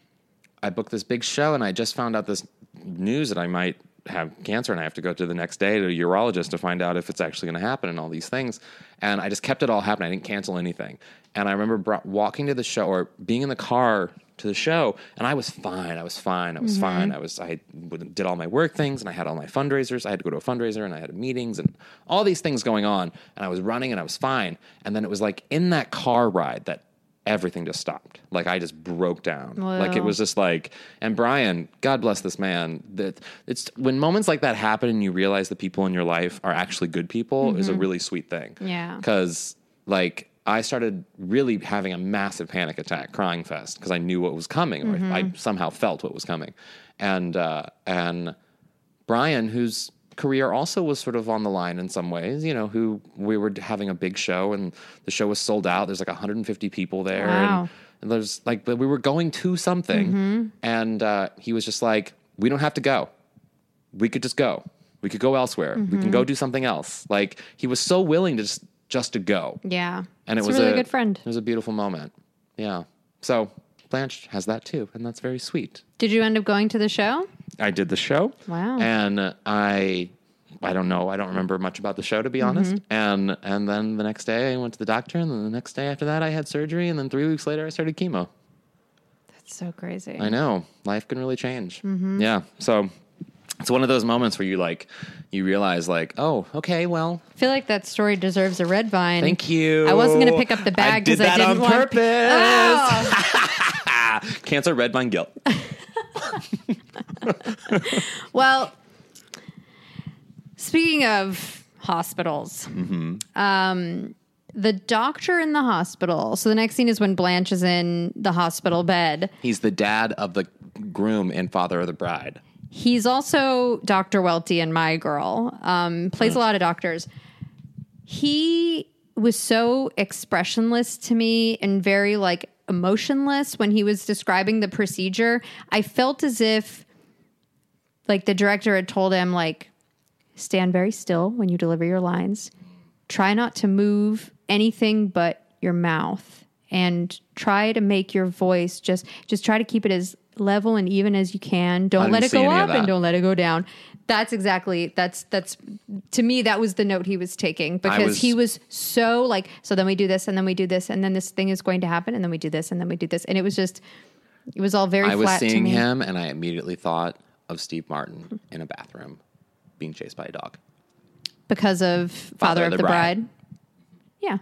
Speaker 4: I booked this big show and I just found out this news that I might have cancer and I have to go to the next day to a urologist to find out if it's actually going to happen and all these things. And I just kept it all happening. I didn't cancel anything. And I remember bro- walking to the show or being in the car to the show and I was fine. I was fine. I was fine. I was I w- did all my work things and I had all my fundraisers. I had to go to a fundraiser and I had meetings and all these things going on and I was running and I was fine. And then it was like in that car ride that everything just stopped. Like I just broke down. Like it
Speaker 3: Wow.
Speaker 4: was was just like, and Brian, God bless this man. That it's when moments like that happen and you realize the people in your life are actually good people is a really sweet thing.
Speaker 3: Yeah.
Speaker 4: Because like I started really having a massive panic attack, crying fest, because I knew what was coming, or I somehow felt what was coming, and uh, and Brian, whose career also was sort of on the line in some ways, you know, who we were having a big show and the show was sold out. There's like 150 people there.
Speaker 3: Wow. Mm-hmm.
Speaker 4: And, and there's like, but we were going to something. And uh, he was just like, we don't have to go. We could just go. We could go elsewhere. We can go
Speaker 3: Mm-hmm.
Speaker 4: do something else. Like he was so willing to just, just to go.
Speaker 3: yeah.
Speaker 4: And it
Speaker 3: It's
Speaker 4: was
Speaker 3: a really good friend.
Speaker 4: It was a beautiful moment. Yeah. So Blanche has that too. And that's very sweet.
Speaker 3: Did you end up going to the show?
Speaker 4: I did the show.
Speaker 3: Wow.
Speaker 4: And I I don't know. I don't remember much about the show to be
Speaker 3: Mm-hmm.
Speaker 4: honest. And and then the next day I went to the doctor and then the next day after that I had surgery and then 3 weeks later I started chemo.
Speaker 3: That's so crazy.
Speaker 4: I know. Life can really change.
Speaker 3: Mm-hmm.
Speaker 4: Yeah. So it's one of those moments where you like you realize like, "Oh, okay, well,
Speaker 3: I feel like that story deserves a red vine.
Speaker 4: thank you."
Speaker 3: Mm. I wasn't going to pick up the
Speaker 4: I
Speaker 3: bag
Speaker 4: did
Speaker 3: because I,
Speaker 4: that
Speaker 3: didn't Oh.
Speaker 4: on
Speaker 3: want
Speaker 4: purpose.
Speaker 3: Oh,
Speaker 4: Cancer red vine guilt.
Speaker 3: well, speaking of hospitals, um,
Speaker 4: Mm-hmm.
Speaker 3: the doctor in the hospital. So the next scene is when Blanche is in the hospital bed.
Speaker 4: He's the dad of the groom and father of the bride.
Speaker 3: He's also Dr. Welty and My Girl. Um, plays
Speaker 4: Hmm.
Speaker 3: a lot of doctors. He was so expressionless to me and very like emotionless when he was describing the procedure. I felt as if like the director had told him like stand very still when you deliver your lines. Try not to move anything but your mouth and try to make your voice just just try to keep it as level and even as you can. Don't
Speaker 4: didn't
Speaker 3: let it
Speaker 4: see
Speaker 3: go
Speaker 4: any of
Speaker 3: up and
Speaker 4: that.
Speaker 3: don't let it go down. That's exactly that's that's to me that was the note he was taking because
Speaker 4: was-
Speaker 3: he was so like so then we do this and then we do this and then this thing is going to happen and then we do this and then we do this and it was just it was all very
Speaker 4: I was
Speaker 3: flat to
Speaker 4: seeing
Speaker 3: me.
Speaker 4: him, and I immediately thought of Steve Martin in a bathroom being chased by a dog.
Speaker 3: because of Father, of, the, Bride. Yeah.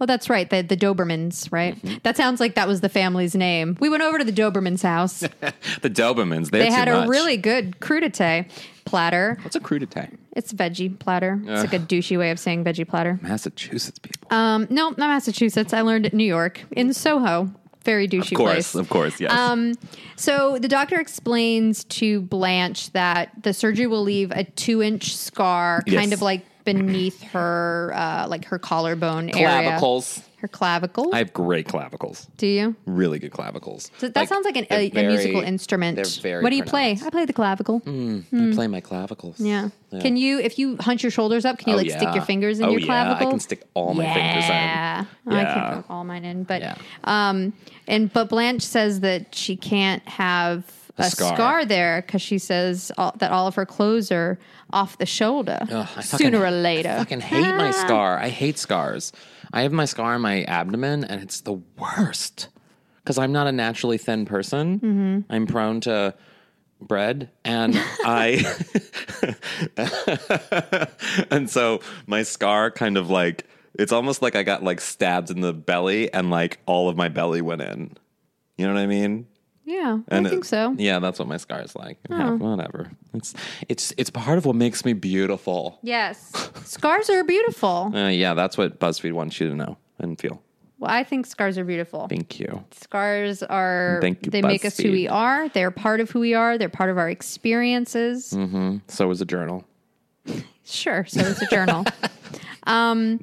Speaker 3: Oh, that's right. The the Dobermans, right?
Speaker 4: Mm-hmm.
Speaker 3: That sounds like that was the family's name. We went over to the Doberman's house.
Speaker 4: The Dobermans,
Speaker 3: they had a really good crudite platter.
Speaker 4: What's a crudite?
Speaker 3: It's veggie platter. It's like a douchey way of saying veggie platter.
Speaker 4: Massachusetts people.
Speaker 3: Um, no, not Massachusetts. I learned it in New York in Soho. Very douchey
Speaker 4: of course,
Speaker 3: place.
Speaker 4: of course, yes.
Speaker 3: Um, So the doctor explains to Blanche that the surgery will leave a two inch scar,
Speaker 4: Yes.
Speaker 3: kind of like beneath her, uh, like her collarbone area.
Speaker 4: clavicles.
Speaker 3: Her clavicle.
Speaker 4: I have great clavicles.
Speaker 3: Do you?
Speaker 4: Really good clavicles.
Speaker 3: So that sounds like an,
Speaker 4: they're
Speaker 3: a, a musical
Speaker 4: very-
Speaker 3: instrument.
Speaker 4: They're very
Speaker 3: what do you
Speaker 4: pronounced. Mm.
Speaker 3: play? I play the clavicle.
Speaker 4: I play my clavicles.
Speaker 3: hmm. Yeah. Can you, if you hunch your shoulders up, can you
Speaker 4: Oh,
Speaker 3: like stick
Speaker 4: yeah.
Speaker 3: your fingers in
Speaker 4: Oh,
Speaker 3: your
Speaker 4: yeah.
Speaker 3: clavicle?
Speaker 4: I can stick all my fingers in.
Speaker 3: Yeah. Oh, I
Speaker 4: Yeah.
Speaker 3: can't put all mine in, but
Speaker 4: Yeah.
Speaker 3: um, and but Blanche says that she can't have a,
Speaker 4: scar.
Speaker 3: scar. there because she says all, that all of her clothes are off the shoulder
Speaker 4: Ugh, I fucking-
Speaker 3: sooner or later. Ah,
Speaker 4: I fucking hate my scar. I hate scars. I have my scar on my abdomen, and it's the worst because I'm not a naturally thin person.
Speaker 3: Mm-hmm.
Speaker 4: I'm prone to bread, and I and so my scar kind of like It's almost like I got like stabbed in the belly and like all of my belly went in. You know what I mean?
Speaker 3: Yeah,
Speaker 4: And
Speaker 3: I think
Speaker 4: it-
Speaker 3: so.
Speaker 4: Yeah, that's what my scar is like. Yeah, whatever. It's it's it's part of what makes me beautiful.
Speaker 3: Yes, scars are beautiful.
Speaker 4: Uh, yeah, that's what BuzzFeed wants you to know and feel.
Speaker 3: Well, I think scars are beautiful.
Speaker 4: Thank you.
Speaker 3: Scars are
Speaker 4: Thank you,
Speaker 3: they make us who we
Speaker 4: BuzzFeed.
Speaker 3: are. They're part of who we are. They're part of our experiences.
Speaker 4: So is a journal.
Speaker 3: Sure. So it's a journal. um,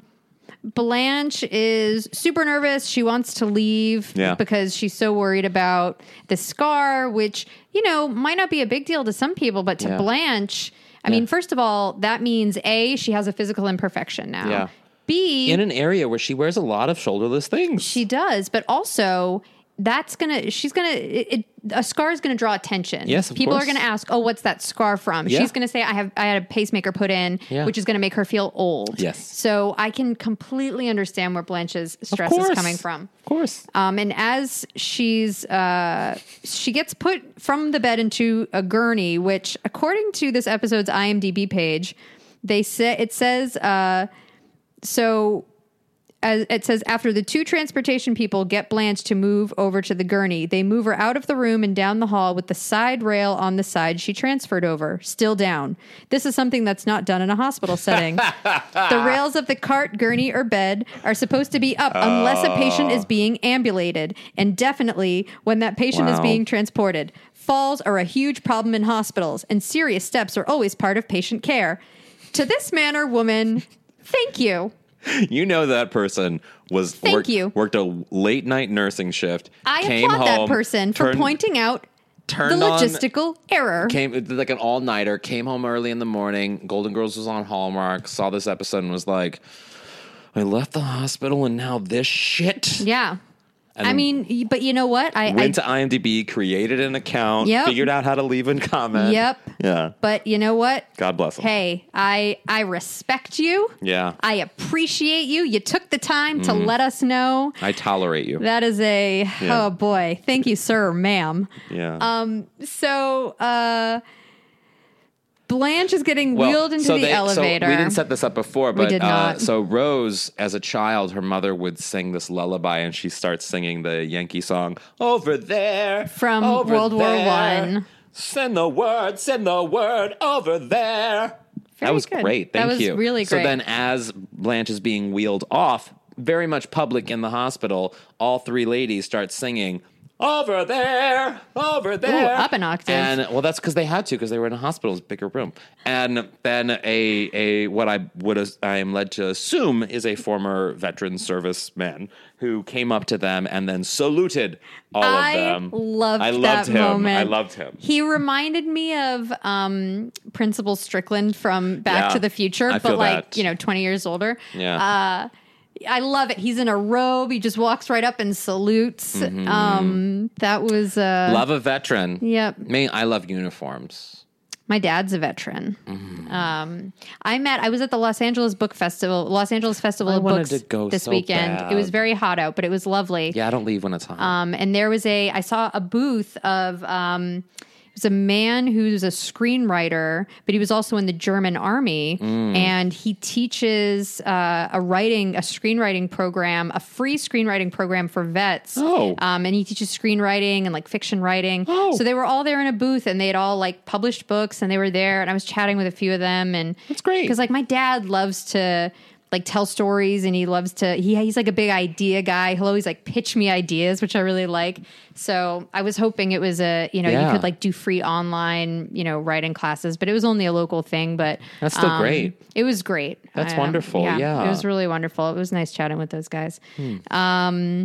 Speaker 3: Blanche is super nervous. She wants to leave
Speaker 4: Yeah.
Speaker 3: because she's so worried about the scar, which, you know, might not be a big deal to some people, but to
Speaker 4: Yeah.
Speaker 3: Blanche, I mean, first of all, that means A, she has a physical imperfection now.
Speaker 4: Yeah.
Speaker 3: B,
Speaker 4: In an area where she wears a lot of shoulderless things.
Speaker 3: she does, but also that's gonna. She's gonna. It, it, a scar is gonna draw attention.
Speaker 4: Yes, of
Speaker 3: people are
Speaker 4: course.
Speaker 3: gonna ask, "Oh, what's that scar from?"
Speaker 4: Yeah.
Speaker 3: She's gonna say, "I have. I had a pacemaker put in,
Speaker 4: Yeah.
Speaker 3: which is gonna make her feel old."
Speaker 4: Yes.
Speaker 3: So I can completely understand where Blanche's stress is coming from.
Speaker 4: Of course.
Speaker 3: Um, and as she's uh, she gets put from the bed into a gurney, which according to this episode's IMDb page, they say it says uh, so. As it says, after the two transportation people get Blanche to move over to the gurney, they move her out of the room and down the hall with the side rail on the side she transferred over, still down. This is something that's not done in a hospital setting. The rails of the cart, gurney, or bed are supposed to be up unless a patient is being ambulated, and definitely when that patient is
Speaker 4: Wow.
Speaker 3: being transported. Falls are a huge problem in hospitals, and serious steps are always part of patient care. To this man or woman, thank you.
Speaker 4: You know that person was
Speaker 3: Thank
Speaker 4: worked,
Speaker 3: you.
Speaker 4: worked a late night nursing shift.
Speaker 3: I
Speaker 4: came
Speaker 3: applaud that
Speaker 4: home,
Speaker 3: person for
Speaker 4: turned-
Speaker 3: pointing out the
Speaker 4: turned on-
Speaker 3: logistical error.
Speaker 4: came it did like an all nighter. Came home early in the morning. Golden Girls was on Hallmark. Saw this episode and was like, I left the hospital and now this shit.
Speaker 3: Yeah.
Speaker 4: And
Speaker 3: I
Speaker 4: then
Speaker 3: mean, y- but you know what? I, I
Speaker 4: Went to IMDb, created an account,
Speaker 3: Yep.
Speaker 4: figured out how to leave a comment.
Speaker 3: Yep.
Speaker 4: Yeah.
Speaker 3: But you know what?
Speaker 4: God bless 'em.
Speaker 3: Hey, I I respect you.
Speaker 4: Yeah.
Speaker 3: I appreciate you. You took the time to let us know.
Speaker 4: I tolerate you.
Speaker 3: That is a
Speaker 4: Yeah.
Speaker 3: oh boy. Thank you, sir, ma'am.
Speaker 4: yeah.
Speaker 3: Um so uh Blanche is getting wheeled into
Speaker 4: so
Speaker 3: the
Speaker 4: they- so
Speaker 3: elevator.
Speaker 4: we didn't set this up before, but
Speaker 3: did
Speaker 4: Uh,
Speaker 3: not.
Speaker 4: so Rose, as a child, her mother would sing this lullaby, and she starts singing the Yankee song "Over There"
Speaker 3: From
Speaker 4: over
Speaker 3: World War
Speaker 4: there.
Speaker 3: One.
Speaker 4: Send the word, send the word over there.
Speaker 3: Very
Speaker 4: that was
Speaker 3: good.
Speaker 4: great.
Speaker 3: That
Speaker 4: Thank
Speaker 3: was
Speaker 4: you.
Speaker 3: really
Speaker 4: So
Speaker 3: great.
Speaker 4: then, as Blanche is being wheeled off, very much public in the hospital, all three ladies start singing. Over there, over there,
Speaker 3: up an octave.
Speaker 4: And well, that's because they had to because they were in a hospital, it was a bigger room. And then a a what I would as- I am led to assume is a former veteran serviceman who came up to them and then saluted all
Speaker 3: I
Speaker 4: of them.
Speaker 3: loved
Speaker 4: I
Speaker 3: that
Speaker 4: loved him.
Speaker 3: moment.
Speaker 4: I loved him.
Speaker 3: He reminded me of um, Principal Strickland from Back
Speaker 4: Yeah.
Speaker 3: to the Future,
Speaker 4: I
Speaker 3: but
Speaker 4: feel
Speaker 3: like
Speaker 4: that.
Speaker 3: you know, twenty years older.
Speaker 4: Yeah.
Speaker 3: Uh, I love it. He's in a robe. He just walks right up and salutes.
Speaker 4: Mm-hmm.
Speaker 3: Um, that was uh,
Speaker 4: Love a veteran.
Speaker 3: Yep.
Speaker 4: Me, I love uniforms.
Speaker 3: my dad's a veteran.
Speaker 4: Mm-hmm.
Speaker 3: Um, I met. I was at the Los Angeles Book Festival. Los Angeles Festival
Speaker 4: I
Speaker 3: of
Speaker 4: wanted
Speaker 3: Books
Speaker 4: to go
Speaker 3: this
Speaker 4: so
Speaker 3: weekend. It was
Speaker 4: bad.
Speaker 3: very hot out, but it was lovely.
Speaker 4: Yeah, I don't leave when it's hot.
Speaker 3: Um, and there was a, I saw a booth of, um, it was a man who's a screenwriter, but he was also in the German army,
Speaker 4: Mm.
Speaker 3: and he teaches uh, a writing, a screenwriting program, a free screenwriting program for vets.
Speaker 4: Oh.
Speaker 3: um, and he teaches screenwriting and like fiction writing.
Speaker 4: Oh.
Speaker 3: so they were all there in a booth, and they had all like published books, and they were there, and I was chatting with a few of them, and
Speaker 4: That's great.
Speaker 3: because like my dad loves to like tell stories and he loves to he he's like a big idea guy. He'll always like pitch me ideas, which I really like. So I was hoping it was a you know
Speaker 4: Yeah.
Speaker 3: you could like do free online you know writing classes, but it was only a local thing. But um,
Speaker 4: That's still great.
Speaker 3: It was great. um,
Speaker 4: That's wonderful. Yeah. Hmm.
Speaker 3: it was really wonderful. It was nice chatting with those guys. Um,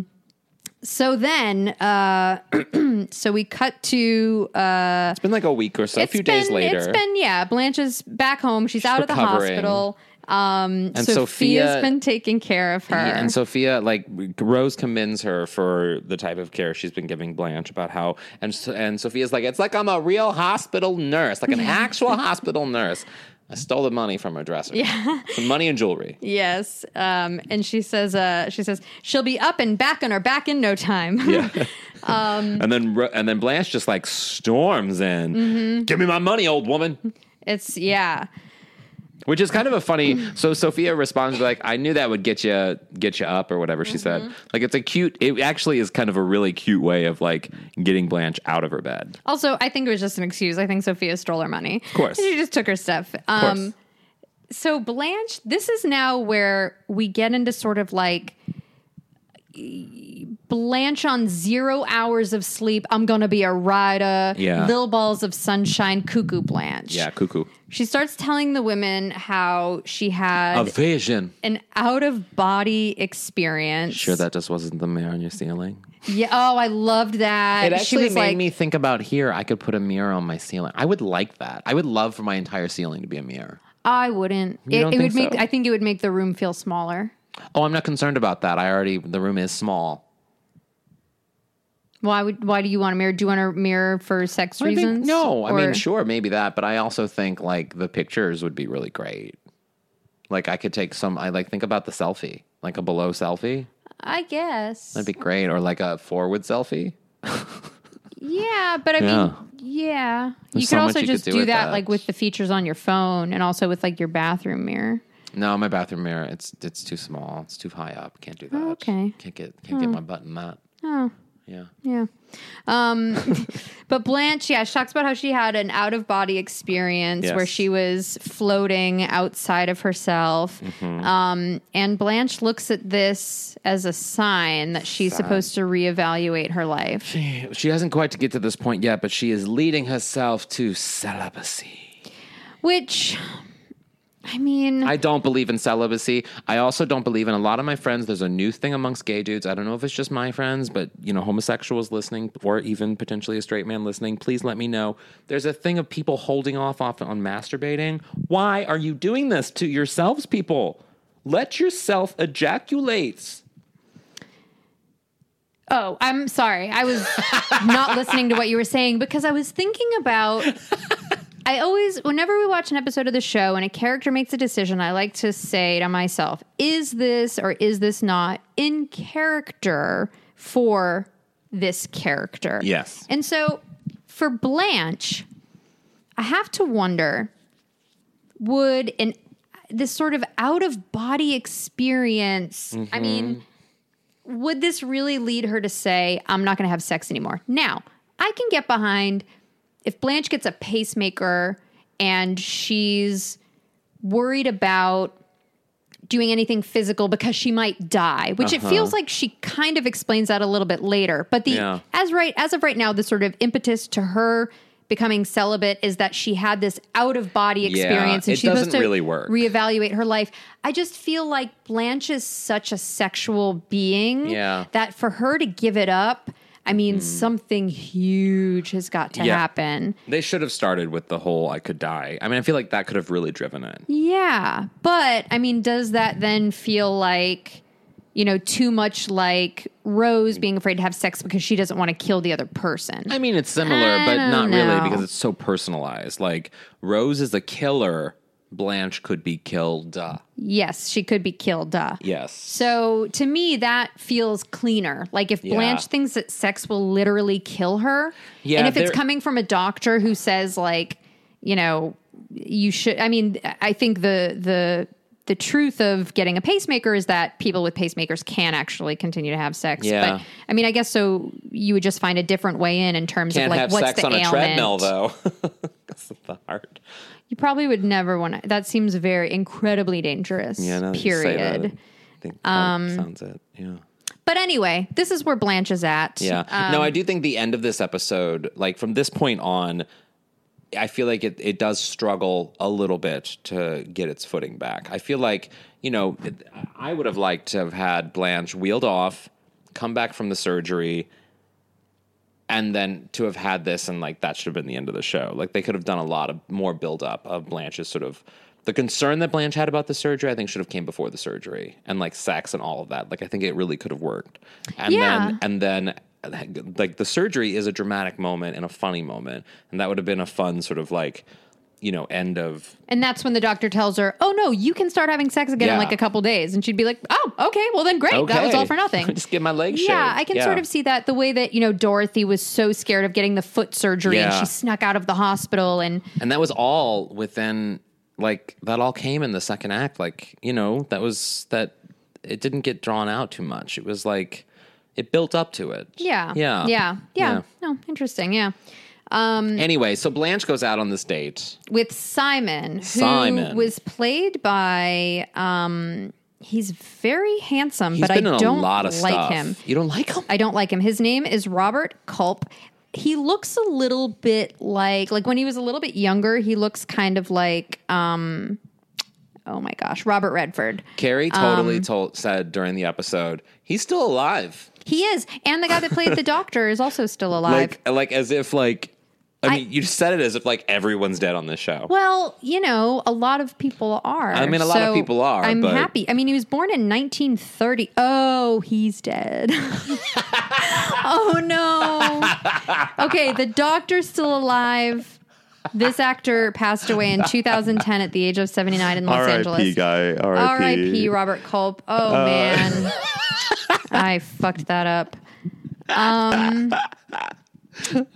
Speaker 3: so then, uh, so we cut to uh,
Speaker 4: it's been like a week or so, a few days
Speaker 3: been-
Speaker 4: later.
Speaker 3: It's been yeah. Blanche is back home. She's, out of the
Speaker 4: recovering.
Speaker 3: hospital. Um,
Speaker 4: And
Speaker 3: Sophia's
Speaker 4: Sophia-
Speaker 3: been taking care of her.
Speaker 4: Yeah, and Sophia, like Rose, commends her for the type of care she's been giving Blanche about how, and so- and Sophia's like, it's like I'm a real hospital nurse, like an actual hospital nurse. I stole the money from her dresser. Yeah, Some money and jewelry.
Speaker 3: yes, um, and she says, uh, she says she'll be up and back on her back in no time.
Speaker 4: and then Ro- and then Blanche just
Speaker 3: Mm-hmm.
Speaker 4: like storms in. Give me my money, old woman.
Speaker 3: it's yeah.
Speaker 4: Which is kind of a
Speaker 3: Mm.
Speaker 4: funny. So Sophia responds like, "I knew that would get you get you up or whatever she
Speaker 3: Mm-hmm.
Speaker 4: said." Like it's a cute. It actually is kind of a really cute way of like getting Blanche out of her bed.
Speaker 3: Also, I think it was just an excuse. I think Sophia stole her money. Of
Speaker 4: course.
Speaker 3: She just took her stuff.
Speaker 4: course.
Speaker 3: Um, so, Blanche, this is now where we get into sort of like e- Blanche on zero hours of sleep. I'm going to be a rider.
Speaker 4: Yeah.
Speaker 3: Little balls of sunshine, cuckoo Blanche.
Speaker 4: Yeah, cuckoo.
Speaker 3: She starts telling the women how she had
Speaker 4: A vision.
Speaker 3: an out of body experience.
Speaker 4: Sure, that just wasn't the mirror on your ceiling.
Speaker 3: Yeah. Oh, I loved that.
Speaker 4: It
Speaker 3: she
Speaker 4: actually
Speaker 3: was
Speaker 4: made
Speaker 3: like,
Speaker 4: me think about here. I could put a mirror on my ceiling. I would like that. I would love for my entire ceiling to be a mirror.
Speaker 3: I wouldn't.
Speaker 4: You
Speaker 3: it
Speaker 4: don't
Speaker 3: it would
Speaker 4: think
Speaker 3: make.
Speaker 4: so?
Speaker 3: I think it would make the room feel smaller.
Speaker 4: Oh, I'm not concerned about that. I already the room is small.
Speaker 3: Why would? Why do you want a mirror? Do you want a mirror for sex
Speaker 4: I think-
Speaker 3: reasons?
Speaker 4: no, I
Speaker 3: Or-
Speaker 4: mean, sure, maybe that, but I also think like the pictures would be really great. Like I could take some. I like think about the selfie, like a below selfie.
Speaker 3: I guess.
Speaker 4: That'd be great, or like a forward selfie.
Speaker 3: yeah, but I
Speaker 4: Yeah.
Speaker 3: mean, yeah. you
Speaker 4: There's
Speaker 3: could
Speaker 4: so
Speaker 3: also
Speaker 4: much you could
Speaker 3: just
Speaker 4: do
Speaker 3: do
Speaker 4: with
Speaker 3: that,
Speaker 4: that.
Speaker 3: like with the features on your phone, and also with like your bathroom mirror.
Speaker 4: No, my bathroom mirror. It's it's too small. It's too high up. Can't do that.
Speaker 3: Oh, okay. Hmm.
Speaker 4: Can't get can't get my butt in that.
Speaker 3: Oh.
Speaker 4: Yeah.
Speaker 3: Yeah. Um, but Blanche, yeah, she talks about how she had an out of body experience
Speaker 5: Yes.
Speaker 3: where she was floating outside of herself. Um, and Blanche looks at this as a sign that she's supposed to reevaluate her life.
Speaker 4: She hasn't quite to get to this point yet, but she is leading herself to celibacy.
Speaker 3: Which, I mean,
Speaker 4: I don't believe in celibacy. I also don't believe in a lot of my friends. There's a new thing amongst gay dudes. I don't know if it's just my friends, but you know, homosexuals listening, or even potentially a straight man listening. Please let me know. There's a thing of people holding off off on masturbating. Why are you doing this to yourselves, people? Let yourself ejaculate.
Speaker 3: oh, I'm sorry. I was not listening to what you were saying because I was thinking about. I always, whenever we watch an episode of the show and a character makes a decision, I like to say to myself, is this or is this not in character for this character?
Speaker 5: Yes.
Speaker 3: And so for Blanche, I have to wonder would an this sort of out of body experience, I mean, would this really lead her to say, I'm not going to have sex anymore? Now, I can get behind if Blanche gets a pacemaker and she's worried about doing anything physical because she might die, which
Speaker 4: Uh-huh.
Speaker 3: it feels like she kind of explains that a little bit later. But the
Speaker 4: Yeah.
Speaker 3: as right as of right now, the sort of impetus to her becoming celibate is that she had this out of body experience and
Speaker 4: it
Speaker 3: she's supposed to
Speaker 4: doesn't really work.
Speaker 3: reevaluate her life. I just feel like Blanche is such a sexual being
Speaker 4: Yeah. Mm-hmm.
Speaker 3: that for her to give it up, I mean, something huge has got to
Speaker 4: Yeah.
Speaker 3: happen.
Speaker 4: They should have started with the whole I could die. I mean, I feel like that could have really driven it.
Speaker 3: Yeah. But I mean, does that then feel like, you know, too much like Rose being afraid to have sex because she doesn't want to kill the other person?
Speaker 4: I mean, it's similar,
Speaker 3: I
Speaker 4: but
Speaker 3: don't
Speaker 4: not
Speaker 3: know.
Speaker 4: really because it's so personalized. Like Rose is a killer. Blanche could be killed. Uh,
Speaker 3: yes, she could be killed. Duh.
Speaker 4: yes.
Speaker 3: So to me, that feels cleaner. Like if Blanche thinks that sex will literally kill her,
Speaker 4: Yeah,
Speaker 3: and if it's
Speaker 4: there-
Speaker 3: coming from a doctor who says like, you know, you should. I mean, I think the the the truth of getting a pacemaker is that people with pacemakers can actually continue to have sex.
Speaker 4: Yeah.
Speaker 3: But I mean, I guess so. You would just find a different way in in terms
Speaker 4: Can't
Speaker 3: of like
Speaker 4: have
Speaker 3: what's
Speaker 4: sex
Speaker 3: the
Speaker 4: on
Speaker 3: ailment.
Speaker 4: a treadmill though. That's the heart.
Speaker 3: You probably would never want to. That seems very incredibly dangerous. period.
Speaker 4: I think um, sounds it. Yeah.
Speaker 3: But anyway, this is where Blanche is at.
Speaker 4: Yeah. no, I do think the end of this episode, like from this point on, I feel like it, it does struggle a little bit to get its footing back. I feel like, you know, it- I would have liked to have had Blanche wheeled off, come back from the surgery, and then to have had this and like that should have been the end of the show. Like they could have done a lot of more build up of Blanche's sort of the concern that Blanche had about the surgery, I think should have came before the surgery and like sex and all of that. Like I think it really could have worked. And
Speaker 3: Yeah.
Speaker 4: then and then like the surgery is a dramatic moment and a funny moment and that would have been a fun sort of like you know end of
Speaker 3: And that's when the doctor tells her, "Oh no, you can start having sex again in
Speaker 4: Yeah.
Speaker 3: like a couple days." And she'd be like, "Oh, okay. Well then great. That was
Speaker 4: Okay.
Speaker 3: all for nothing."
Speaker 4: just get my legs
Speaker 3: yeah,
Speaker 4: shaved.
Speaker 3: I can sort of see that the way that, you know, Dorothy was so scared of getting the foot surgery and
Speaker 4: Yeah.
Speaker 3: she snuck out of the hospital and
Speaker 4: and that was all within like that all came in the second act. Like, you know, that was that it didn't get drawn out too much. It was like it built up to it.
Speaker 3: Yeah. Yeah.
Speaker 4: Yeah.
Speaker 3: Yeah.
Speaker 4: Yeah.
Speaker 3: No, interesting. Yeah. Mm.
Speaker 4: Anyway, so Blanche goes out on this date.
Speaker 3: With Simon, who
Speaker 4: Simon.
Speaker 3: was played by um he's very handsome,
Speaker 4: He's
Speaker 3: but
Speaker 4: been
Speaker 3: I
Speaker 4: in a
Speaker 3: don't
Speaker 4: lot of
Speaker 3: like
Speaker 4: stuff.
Speaker 3: him.
Speaker 4: You don't like him?
Speaker 3: I don't like him. His name is Robert Culp. He looks a little bit like like when he was a little bit younger, he looks kind of like um oh my gosh, Robert Redford.
Speaker 4: Carrie totally
Speaker 3: Um,
Speaker 4: told said during the episode, he's still alive.
Speaker 3: He is. And the guy that played the doctor is also still alive.
Speaker 4: Like like as if like I,
Speaker 3: I-
Speaker 4: mean you said it as if like everyone's dead on this show.
Speaker 3: well, you know, a lot of people are. I
Speaker 4: mean, a lot of people are,
Speaker 3: I'm
Speaker 4: but-
Speaker 3: happy. I mean, he was born in 1930. Oh, he's dead. oh, no. Okay, the doctor's still alive. This actor passed away in 2010 at the age of 79 in Los Angeles.
Speaker 6: guy.
Speaker 3: R.I.P. Robert Culp. Oh
Speaker 4: Uh.
Speaker 3: man, I fucked that up. Um.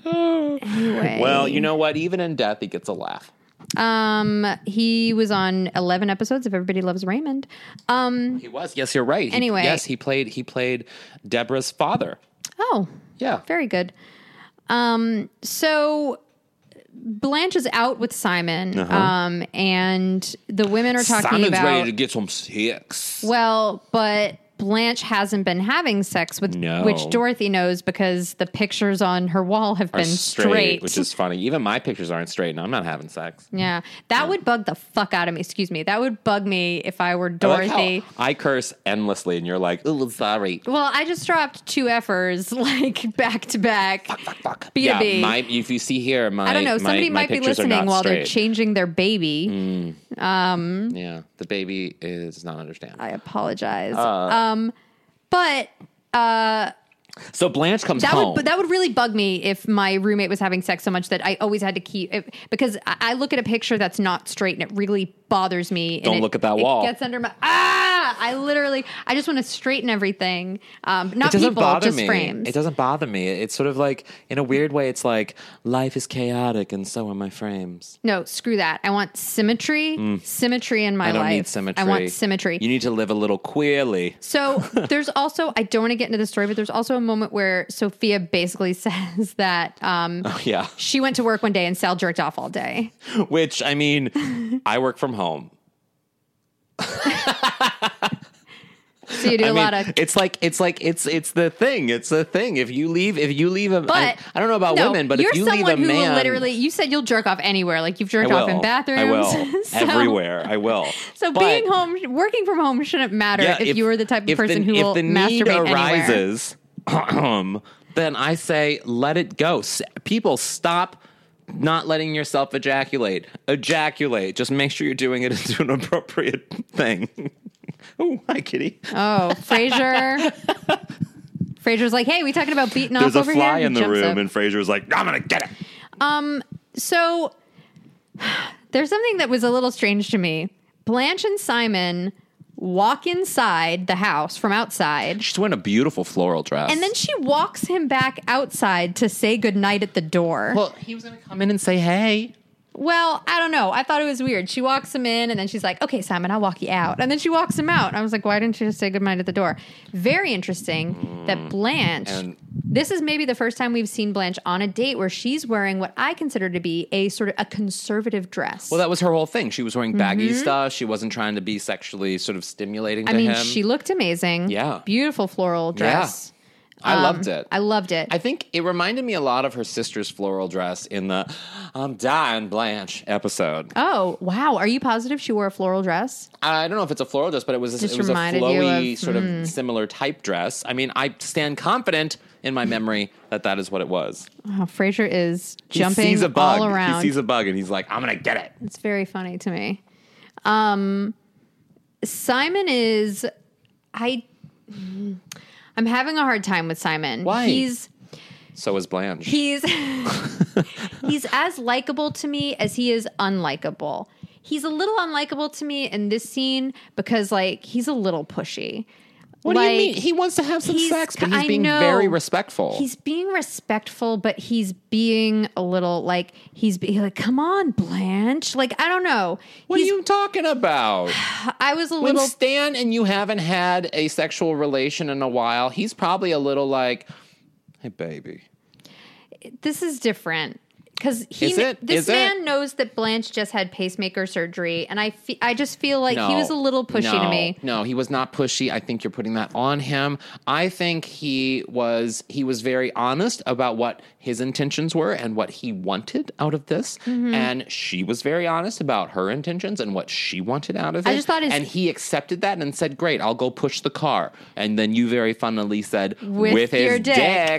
Speaker 3: anyway,
Speaker 4: Well, you know what? Even in death he gets a laugh.
Speaker 3: um, he was on eleven episodes of Everybody Loves Raymond. Um.
Speaker 4: He was. Yes, you're right. He-
Speaker 3: Anyway.
Speaker 4: yes, he played he played Deborah's father.
Speaker 3: Oh,
Speaker 4: Yeah.
Speaker 3: very good. Um. So. Blanche is out with Simon, um, and the women are talking
Speaker 4: Uh-huh. Simon's
Speaker 3: about
Speaker 4: ready to get some sex.
Speaker 3: Well, but Blanche hasn't been having sex with
Speaker 4: No.
Speaker 3: which Dorothy knows because the pictures on her wall have been straight.
Speaker 4: which is funny. Even my pictures aren't straight, and I'm not having sex.
Speaker 3: yeah, that would bug the fuck out of me. Excuse me, that would bug me if I were
Speaker 4: I like
Speaker 3: Dorothy.
Speaker 4: how I curse endlessly, and you're like, "Oh, sorry."
Speaker 3: well, I just dropped two effers like back to back. B to
Speaker 4: yeah,
Speaker 3: B.
Speaker 4: my, if you see here, my
Speaker 3: I don't know.
Speaker 4: my-
Speaker 3: Somebody
Speaker 4: my
Speaker 3: might be
Speaker 4: pictures are not
Speaker 3: listening while they're
Speaker 4: straight. Mm.
Speaker 3: changing their baby.
Speaker 4: Yeah, the baby is not understanding.
Speaker 3: I apologize. um, but
Speaker 4: so Blanche comes
Speaker 3: That
Speaker 4: home.
Speaker 3: would but that would really bug me if my roommate was having sex so much that I always had to keep it, because I, I look at a picture that's not straight and it really bothers me. and
Speaker 4: Don't
Speaker 3: it-
Speaker 4: look at that wall.
Speaker 3: It gets under my ah. I literally I just want to straighten everything. Um, not
Speaker 4: it doesn't
Speaker 3: people,
Speaker 4: bother
Speaker 3: just
Speaker 4: me.
Speaker 3: frames.
Speaker 4: It doesn't bother me. It's sort of like, in a weird way, it's like life is chaotic, and so are my frames.
Speaker 3: no, screw that. I want symmetry. Symmetry in my
Speaker 4: Mm. I don't
Speaker 3: life.
Speaker 4: need symmetry.
Speaker 3: I want symmetry.
Speaker 4: You need to live a little queerly.
Speaker 3: So there's also I don't want to get into the story, but there's also a moment where Sophia basically says that um,
Speaker 4: Yeah.
Speaker 3: she went to work one day and Sal jerked off all day.
Speaker 4: Which I mean, I work from home.
Speaker 3: So you do a
Speaker 4: I mean,
Speaker 3: lot of
Speaker 4: it's like it's like it's it's the thing. It's the thing. If you leave, if you leave a,
Speaker 3: But
Speaker 4: I, I don't know about
Speaker 3: no,
Speaker 4: women, but
Speaker 3: you're
Speaker 4: if you
Speaker 3: someone
Speaker 4: leave a
Speaker 3: who
Speaker 4: man,
Speaker 3: will literally, you said you'll jerk off anywhere. Like you've
Speaker 4: I
Speaker 3: jerked
Speaker 4: will,
Speaker 3: off in bathrooms,
Speaker 4: I will
Speaker 3: So-
Speaker 4: everywhere. I will.
Speaker 3: So
Speaker 4: But-
Speaker 3: being home, working from home, shouldn't matter
Speaker 4: yeah,
Speaker 3: if, you are the type of
Speaker 4: if
Speaker 3: person who
Speaker 4: if
Speaker 3: will
Speaker 4: the need
Speaker 3: masturbate anywhere.
Speaker 4: arises, then I say let it go. S- People stop not letting yourself ejaculate. Ejaculate. Just make sure you're doing it into an appropriate thing. oh, hi, kitty.
Speaker 3: Oh, Frasier. Frasier's like, hey, we talking about beating
Speaker 6: There's
Speaker 3: off
Speaker 6: a
Speaker 3: over
Speaker 6: fly
Speaker 3: here.
Speaker 6: in the
Speaker 3: Jumps
Speaker 6: room,
Speaker 3: up. Um,
Speaker 6: and Fraser's like, "I'm gonna get it."
Speaker 3: so there's something that was a little strange to me. Blanche and Simon walk inside the house from outside.
Speaker 4: She's wearing a beautiful floral dress.
Speaker 3: And then she walks him back outside to say goodnight at the door.
Speaker 4: well, he was going to come in and say hey.
Speaker 3: Well, I don't know. I thought it was weird. She walks him in and then she's like, okay, Simon, I'll walk you out. And then she walks him out. I was like, why didn't you just say goodnight at the door? Very interesting that Blanche,
Speaker 4: Mm, And-
Speaker 3: this is maybe the first time we've seen Blanche on a date where she's wearing what I consider to be a sort of a conservative dress.
Speaker 4: Well, that was her whole thing. She was wearing baggy stuff. She wasn't trying to be sexually sort of stimulating to
Speaker 3: Mm-hmm. I mean,
Speaker 4: him.
Speaker 3: she looked amazing.
Speaker 4: Yeah.
Speaker 3: Beautiful floral dress.
Speaker 4: I
Speaker 3: Um,
Speaker 4: loved it.
Speaker 3: I loved it.
Speaker 4: I think it reminded me a lot of her sister's floral dress in the "I'm Dying Blanche" episode.
Speaker 3: oh, wow. Are you positive she wore a floral dress?
Speaker 4: I don't know if it's a floral dress, but it was
Speaker 3: Just
Speaker 4: it was a
Speaker 3: reminded you
Speaker 4: flowy
Speaker 3: of- hmm.
Speaker 4: sort of similar type dress. I mean, I stand confident in my memory that that is what it was.
Speaker 3: Oh, Frasier is
Speaker 4: He
Speaker 3: jumping
Speaker 4: sees a bug.
Speaker 3: all around.
Speaker 4: He sees a bug and he's like, "I'm gonna get it."
Speaker 3: It's very funny to me. Um, Simon is, I, I'm having a hard time with Simon.
Speaker 4: Why?
Speaker 3: He's
Speaker 4: So is Blanche.
Speaker 3: he's he's as likable to me as he is unlikable. He's a little unlikable to me in this scene because like he's a little pushy.
Speaker 4: What
Speaker 3: like,
Speaker 4: do you mean? He wants to have some
Speaker 3: he's-
Speaker 4: sex, but he's
Speaker 3: I
Speaker 4: being
Speaker 3: know.
Speaker 4: very respectful.
Speaker 3: He's being respectful, but he's being a little like he's be, like, "Come on, Blanche." Like I don't know.
Speaker 4: what
Speaker 3: he's,
Speaker 4: are you talking about?
Speaker 3: I was a
Speaker 4: When
Speaker 3: little
Speaker 4: Stan and you haven't had a sexual relation in a while, he's probably a little like, "Hey, baby."
Speaker 3: this is different because he
Speaker 4: Is it?
Speaker 3: this
Speaker 4: Is it?
Speaker 3: man knows that Blanche just had pacemaker surgery, and I fe- I just feel like he
Speaker 4: No.
Speaker 3: was a little pushy
Speaker 4: No.
Speaker 3: to me.
Speaker 4: No, he was not pushy. I think you're putting that on him. I think he was he was very honest about what his intentions were and what he wanted out of this,
Speaker 3: Mm-hmm.
Speaker 4: and she was very honest about her intentions and what she wanted out of it.
Speaker 3: I just thought his-
Speaker 4: and he accepted that and said, "Great, I'll go push the car." And then you very funnily said, "With,
Speaker 3: With your
Speaker 4: his
Speaker 3: dick."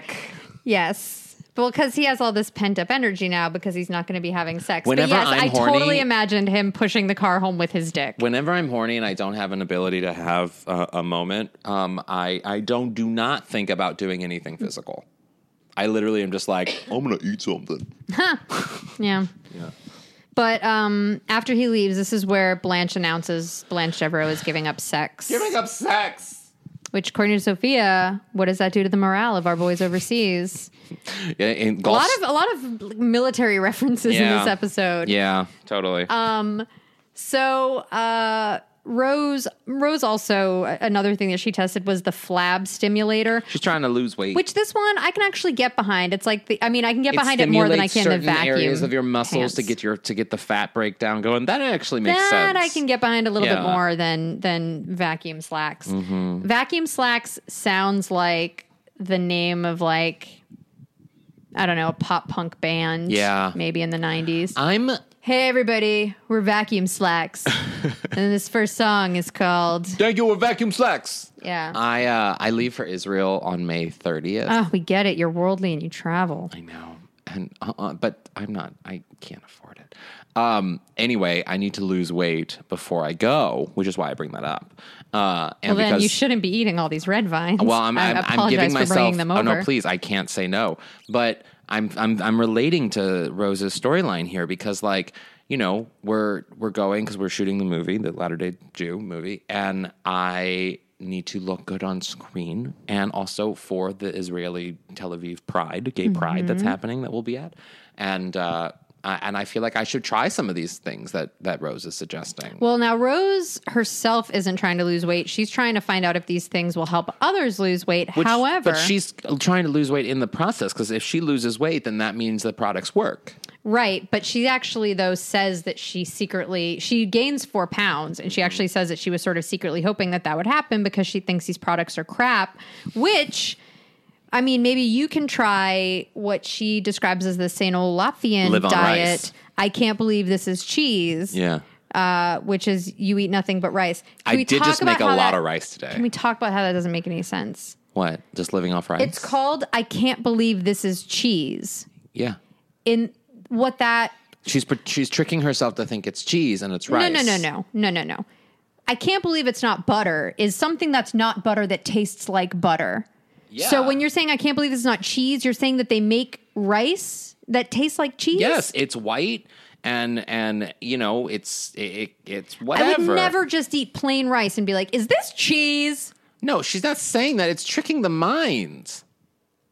Speaker 4: dick.
Speaker 3: Yes. Well, because he has all this pent up energy now because he's not going to be having sex.
Speaker 4: Whenever
Speaker 3: but yes,
Speaker 4: I'm
Speaker 3: I
Speaker 4: horny-
Speaker 3: totally imagined him pushing the car home with his dick.
Speaker 4: whenever I'm horny and I don't have an ability to have a, a moment, um, I I don't do not think about doing anything physical. I literally am just like, I'm gonna eat something.
Speaker 3: yeah. But um, after he leaves, this is where Blanche announces Blanche Devereaux is giving up sex.
Speaker 4: Giving up sex.
Speaker 3: Which, according to Sophia, what does that do to the morale of our boys overseas?
Speaker 4: Yeah, in
Speaker 3: A
Speaker 4: golf,
Speaker 3: lot of a lot of military references in
Speaker 4: Yeah.
Speaker 3: this episode.
Speaker 4: yeah, totally.
Speaker 3: Um, So uh, Rose Rose also another thing that she tested was the flab stimulator.
Speaker 4: She's trying to lose weight.
Speaker 3: Which this one I can actually get behind. It's like the I mean I can get
Speaker 4: It
Speaker 3: behind it more than I
Speaker 4: stimulates
Speaker 3: can the
Speaker 4: certain
Speaker 3: vacuum
Speaker 4: areas of your muscles to
Speaker 3: pants.
Speaker 4: get your to get the fat breakdown going. That actually makes
Speaker 3: that
Speaker 4: sense.
Speaker 3: I can get behind a little
Speaker 4: Yeah. Mm-hmm.
Speaker 3: bit more than than vacuum slacks. Vacuum slacks sounds like the name of like I don't know a pop punk band.
Speaker 4: Yeah.
Speaker 3: maybe in the nineties.
Speaker 4: I'm
Speaker 3: hey everybody, we're Vacuum Slacks, and this first song is called
Speaker 4: thank you with vacuum slacks.
Speaker 3: yeah.
Speaker 4: I uh, I leave for Israel on May 30th.
Speaker 3: Oh, we get it. You're worldly and you travel.
Speaker 4: I know, and uh, uh, but I'm not. I can't afford it. Um. Anyway, I need to lose weight before I go, which is why I bring that up. Uh, and
Speaker 3: Well, then
Speaker 4: because
Speaker 3: you shouldn't be eating all these red vines.
Speaker 4: well, I'm
Speaker 3: I
Speaker 4: I'm, I'm
Speaker 3: apologize
Speaker 4: giving
Speaker 3: for
Speaker 4: myself.
Speaker 3: bringing them
Speaker 4: oh
Speaker 3: over.
Speaker 4: no, please, I can't say no. But I'm I'm I'm relating to Rose's storyline here because like you know we're we're going because we're shooting the movie, the Latter Day Jew movie, and I need to look good on screen and also for the Israeli Tel Aviv Pride, gay pride that's
Speaker 3: Mm-hmm.
Speaker 4: happening that we'll be at, and. uh I, and I feel like I should try some of these things that, that Rose is suggesting.
Speaker 3: Well, now Rose herself isn't trying to lose weight. She's trying to find out if these things will help others lose weight.
Speaker 4: Which-
Speaker 3: However,
Speaker 4: but she's trying to lose weight in the process because if she loses weight, then that means the products work.
Speaker 3: right, but she actually though says that she secretly she gains 4 pounds and she actually says that she was sort of secretly hoping that that would happen because she thinks these products are crap, which I mean, maybe you can try what she describes as the St. Olafian
Speaker 4: Live on
Speaker 3: diet.
Speaker 4: rice.
Speaker 3: I can't believe this is cheese,
Speaker 4: Yeah,
Speaker 3: uh, which is you eat nothing but rice. Can
Speaker 4: I
Speaker 3: we
Speaker 4: did
Speaker 3: talk
Speaker 4: just make a
Speaker 3: about how
Speaker 4: lot
Speaker 3: that-
Speaker 4: of rice today.
Speaker 3: Can we talk about how that doesn't make any sense?
Speaker 4: what? Just living off rice?
Speaker 3: It's called I Can't Believe This Is Cheese.
Speaker 4: yeah.
Speaker 3: In what that
Speaker 4: She's pr- she's tricking herself to think it's cheese and it's rice.
Speaker 3: No, no, no, no. No, no, no. I can't believe it's not butter is something that's not butter that tastes like butter. So
Speaker 4: Yeah.
Speaker 3: when you're saying I can't believe this is not cheese, you're saying that they make rice that tastes like cheese?
Speaker 4: Yes, it's white and and you know it's it, it- it's whatever.
Speaker 3: I would never just eat plain rice and be like, "Is this cheese?"
Speaker 4: No, she's not saying that. It's tricking the mind.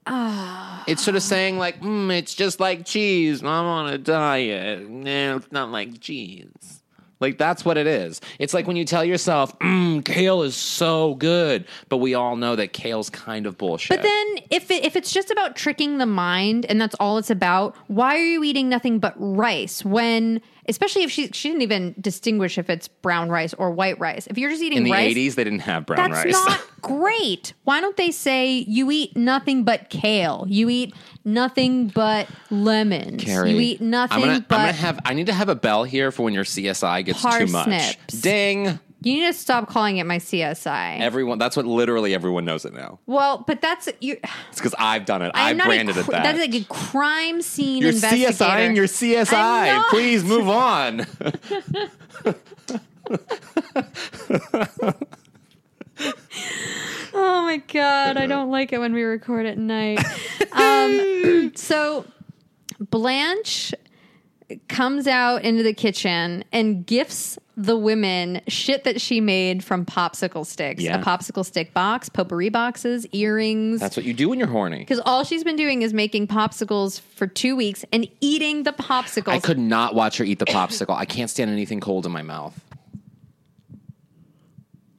Speaker 3: Ah.
Speaker 4: It's sort of saying like, mm, it's just like cheese. I'm on a diet. No, it's not like cheese. Like that's what it is. It's like when you tell yourself, mm, kale is so good, but we all know that kale's kind of bullshit.
Speaker 3: But then if it, if it's just about tricking the mind and that's all it's about, why are you eating nothing but rice when especially if she she didn't even distinguish if it's brown rice or white rice. If you're just eating
Speaker 4: in the
Speaker 3: rice,
Speaker 4: '80s, they didn't have brown
Speaker 3: that's
Speaker 4: rice.
Speaker 3: not great. Why don't they say you eat nothing but kale? You eat nothing but lemons.
Speaker 4: Carrie,
Speaker 3: you eat nothing
Speaker 4: I'm gonna, I'm
Speaker 3: but
Speaker 4: gonna have. I need to have a bell here for when your CSI gets too much.
Speaker 3: Parsnips.
Speaker 4: Ding!
Speaker 3: You need to stop calling it my CSI.
Speaker 4: Everyone. That's what literally everyone knows it now.
Speaker 3: well, but that's you
Speaker 4: It's because I've done it. I
Speaker 3: I'm not a
Speaker 4: branded it
Speaker 3: cr-
Speaker 4: that.
Speaker 3: That's like a crime scene
Speaker 4: You're
Speaker 3: investigator.
Speaker 4: CSIing your
Speaker 3: I'm
Speaker 4: CSI.
Speaker 3: not.
Speaker 4: Please move on.
Speaker 3: Oh my god,
Speaker 4: Uh-huh.
Speaker 3: I don't like it when we record at night. um, so Blanche comes out into the kitchen and gifts the women shit that she made from popsicle sticks
Speaker 4: Yeah.
Speaker 3: a popsicle stick box potpourri boxes earrings
Speaker 4: That's what you do when you're horny.
Speaker 3: because all she's been doing is making popsicles for two weeks and eating the popsicles
Speaker 4: I could not watch her eat the popsicle. I can't stand anything cold in my mouth.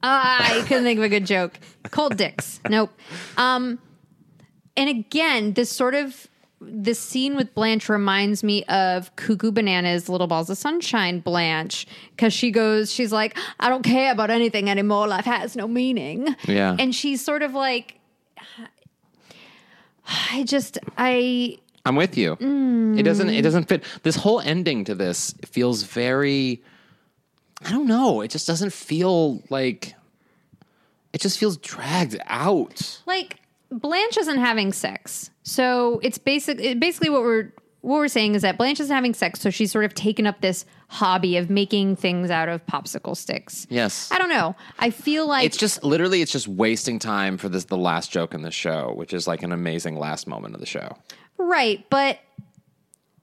Speaker 3: I couldn't think of a good joke. Cold dicks. Nope. Um, and again, this sort of this scene with Blanche reminds me of Cuckoo Bananas, Little Balls of Sunshine, Blanche, because she goes, she's like, I don't care about anything anymore. Life has no meaning.
Speaker 4: Yeah.
Speaker 3: And she's sort of like, I just, I,
Speaker 4: I'm with you. It doesn't it doesn't fit. This whole ending to this feels very I don't know. It just doesn't feel like it just feels dragged out.
Speaker 3: like Blanche isn't having sex. So it's basic it- basically what we're what we're saying is that Blanche isn't having sex, so she's sort of taken up this hobby of making things out of popsicle sticks.
Speaker 4: Yes.
Speaker 3: I don't know. I feel like
Speaker 4: It's just literally it's just wasting time for this the last joke in the show, which is like an amazing last moment of the show.
Speaker 3: right, but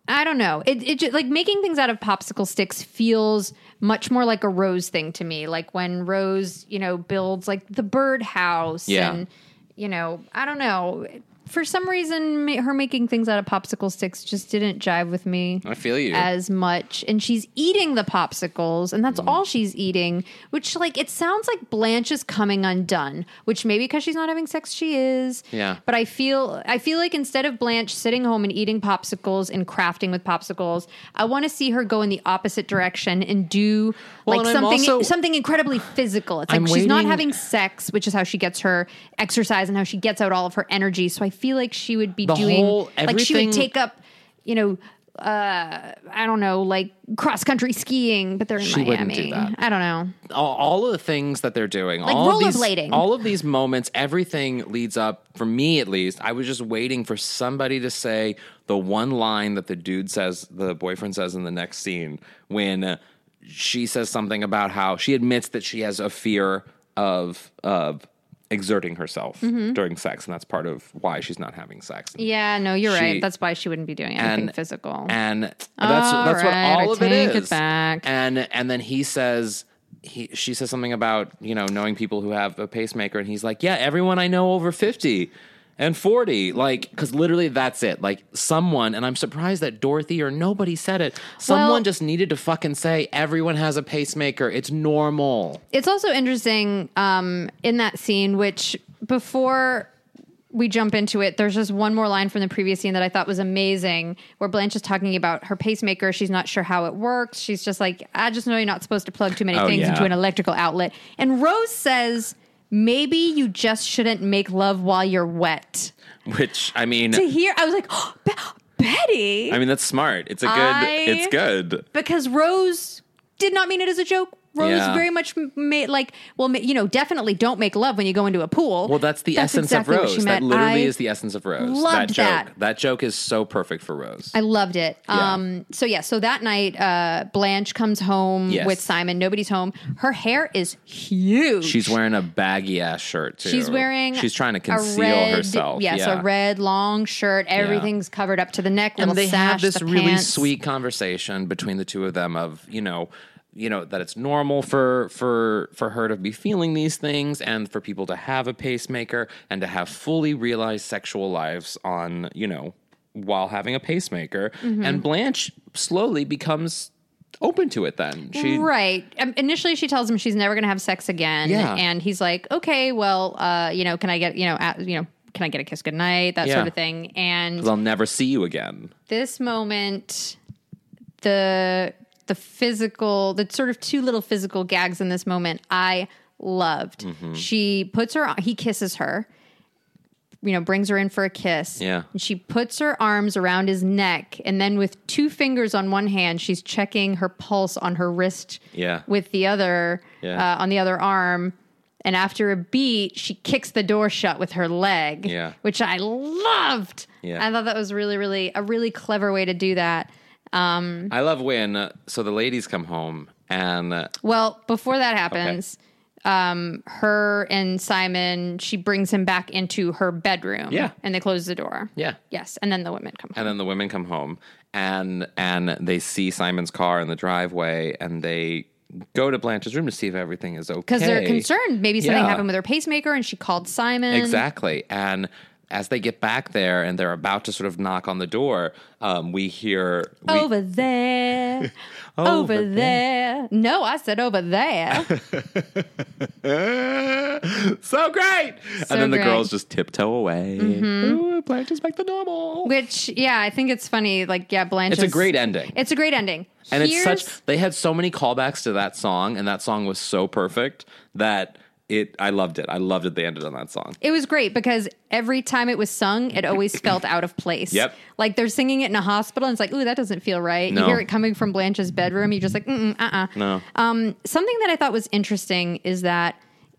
Speaker 3: I don't know. It it just, like making things out of popsicle sticks feels much more like a Rose thing to me. Like when Rose, you know, builds like the birdhouse
Speaker 4: Yeah.
Speaker 3: and you know, I don't know. For some reason, ma- her making things out of popsicle sticks just didn't jive with me.
Speaker 4: I feel you.
Speaker 3: as much and she's eating the popsicles and that's
Speaker 4: Mm.
Speaker 3: all she's eating which like it sounds like blanche is coming undone which maybe because she's not having sex she is
Speaker 4: Yeah.
Speaker 3: but i feel i feel like instead of blanche sitting home and eating popsicles and crafting with popsicles i want to see her go in the opposite direction and do
Speaker 4: Well,
Speaker 3: like
Speaker 4: and I'm
Speaker 3: something
Speaker 4: also-
Speaker 3: something incredibly physical it's like
Speaker 4: I'm
Speaker 3: she's not
Speaker 4: waiting-
Speaker 3: having sex which is how she gets her exercise and how she gets out all of her energy so i feel like she would be
Speaker 4: The
Speaker 3: doing
Speaker 4: whole-
Speaker 3: like she would
Speaker 4: everything-
Speaker 3: take up you know I don't know, like cross country skiing, but they're in
Speaker 4: She wouldn't
Speaker 3: Miami.
Speaker 4: do that.
Speaker 3: I don't know.
Speaker 4: all, all of the things that they're doing, all of these-
Speaker 3: rollerblading.
Speaker 4: all of these moments, everything leads up for me at least. I was just waiting for somebody to say the one line that the dude says, the boyfriend says in the next scene when uh, she says something about how she admits that she has a fear of of exerting herself during sex, and that's part of why she's not having sex.
Speaker 3: Yeah, no, you're
Speaker 4: She-
Speaker 3: right. That's why she wouldn't be doing anything physical.
Speaker 4: And that's that's what
Speaker 3: right,
Speaker 4: all
Speaker 3: I
Speaker 4: of it
Speaker 3: take
Speaker 4: is.
Speaker 3: it back.
Speaker 4: And and then he says he she says something about, you know, knowing people who have a pacemaker and he's like, "Yeah, everyone I know over 50 and 40." Like cuz literally that's it. Like someone and I'm surprised that Dorothy or nobody said it. Someone
Speaker 3: Well-
Speaker 4: just needed to fucking say everyone has a pacemaker. It's normal.
Speaker 3: it's also interesting um, in that scene, which before we jump into it, there's just one more line from the previous scene that I thought was amazing, where Blanche is talking about her pacemaker. She's not sure how it works. She's just like, I just know you're not supposed to plug too many
Speaker 4: Oh,
Speaker 3: things
Speaker 4: yeah.
Speaker 3: into an electrical outlet. And Rose says, maybe you just shouldn't make love while you're wet.
Speaker 4: Which I mean
Speaker 3: To hear, I was like, Be- Betty.
Speaker 4: I mean that's smart. It's a good
Speaker 3: I-
Speaker 4: it's good.
Speaker 3: because Rose did not mean it as a joke. Rose
Speaker 4: Yeah.
Speaker 3: very much m- made like, well, ma- you know, definitely don't make love when you go into a pool.
Speaker 4: Well, that's the essence
Speaker 3: exactly
Speaker 4: of
Speaker 3: what she
Speaker 4: Rose. That
Speaker 3: meant.
Speaker 4: literally
Speaker 3: I-
Speaker 4: is the essence of Rose.
Speaker 3: loved
Speaker 4: that joke.
Speaker 3: that.
Speaker 4: That joke is so perfect for Rose.
Speaker 3: I loved it.
Speaker 4: Yeah.
Speaker 3: Um, so yeah, so that night, uh, Blanche comes home
Speaker 4: Yes.
Speaker 3: with Simon. Nobody's home. Her hair is huge.
Speaker 4: She's wearing a baggy ass shirt too.
Speaker 3: She's wearing.
Speaker 4: She's trying to
Speaker 3: a
Speaker 4: conceal
Speaker 3: red-
Speaker 4: herself.
Speaker 3: Yes,
Speaker 4: yeah.
Speaker 3: a red long shirt. Everything's covered up to the neck. Little
Speaker 4: And they
Speaker 3: sash,
Speaker 4: have this
Speaker 3: the
Speaker 4: really
Speaker 3: pants.
Speaker 4: sweet conversation between the two of them of you know, you know that it's normal for for for her to be feeling these things and for people to have a pacemaker and to have fully realized sexual lives on you know while having a pacemaker.
Speaker 3: Mm-hmm.
Speaker 4: And Blanche slowly becomes open to it. Then she
Speaker 3: Right. Um, initially, she tells him she's never going to have sex again.
Speaker 4: Yeah.
Speaker 3: And he's like, okay, well, uh, you know, can I get, you know, at, you know, can I get a kiss goodnight? That
Speaker 4: Yeah.
Speaker 3: sort of thing. And
Speaker 4: they'll never see you again.
Speaker 3: this moment, the the physical, the sort of two little physical gags in this moment, I loved.
Speaker 4: Mm-hmm.
Speaker 3: She puts her, he kisses her, you know, brings her in for a kiss.
Speaker 4: Yeah.
Speaker 3: And she puts her arms around his neck, and then with two fingers on one hand, she's checking her pulse on her wrist.
Speaker 4: Yeah.
Speaker 3: With the other,
Speaker 4: Yeah.
Speaker 3: uh, on the other arm. And after a beat, she kicks the door shut with her leg,
Speaker 4: Yeah.
Speaker 3: which I loved.
Speaker 4: Yeah.
Speaker 3: I thought that was really, really a really clever way to do that. Mm-hmm.
Speaker 4: I love when uh, so the ladies come home and. uh,
Speaker 3: Well, before that happens, um, her and Simon, she brings him back into her bedroom.
Speaker 4: Yeah.
Speaker 3: And they close the door.
Speaker 4: Yeah.
Speaker 3: Yes. And then the women come.
Speaker 4: And then the women come home and and they see Simon's car in the driveway and they go to Blanche's room to see if everything is okay.
Speaker 3: Because they're concerned. Maybe something
Speaker 4: Yeah.
Speaker 3: happened with her pacemaker and she called Simon.
Speaker 4: Exactly. And as they get back there and they're about to sort of knock on the door, um, we hear we-
Speaker 3: Over there.
Speaker 4: Over
Speaker 3: over there. No, I said over there.
Speaker 4: so great.
Speaker 3: So
Speaker 4: and then the
Speaker 3: great. Mm-hmm.
Speaker 4: girls just tiptoe away. Ooh, Blanche is back to normal.
Speaker 3: Which, yeah, I think it's funny. Like, yeah, Blanche.
Speaker 4: It's a
Speaker 3: is-
Speaker 4: great ending.
Speaker 3: It's a great ending.
Speaker 4: and it's
Speaker 3: Here's-
Speaker 4: such they had so many callbacks to that song, and that song was so perfect that it I loved it. I loved it they ended on that song.
Speaker 3: It was great because every time it was sung, it always felt out of place.
Speaker 4: Yep.
Speaker 3: Like they're singing it in a hospital, and it's like, ooh, that doesn't feel right.
Speaker 4: No.
Speaker 3: You hear it coming from Blanche's bedroom. You're just like, mm, uh, uh.
Speaker 4: No.
Speaker 3: Um, something that I thought was interesting is that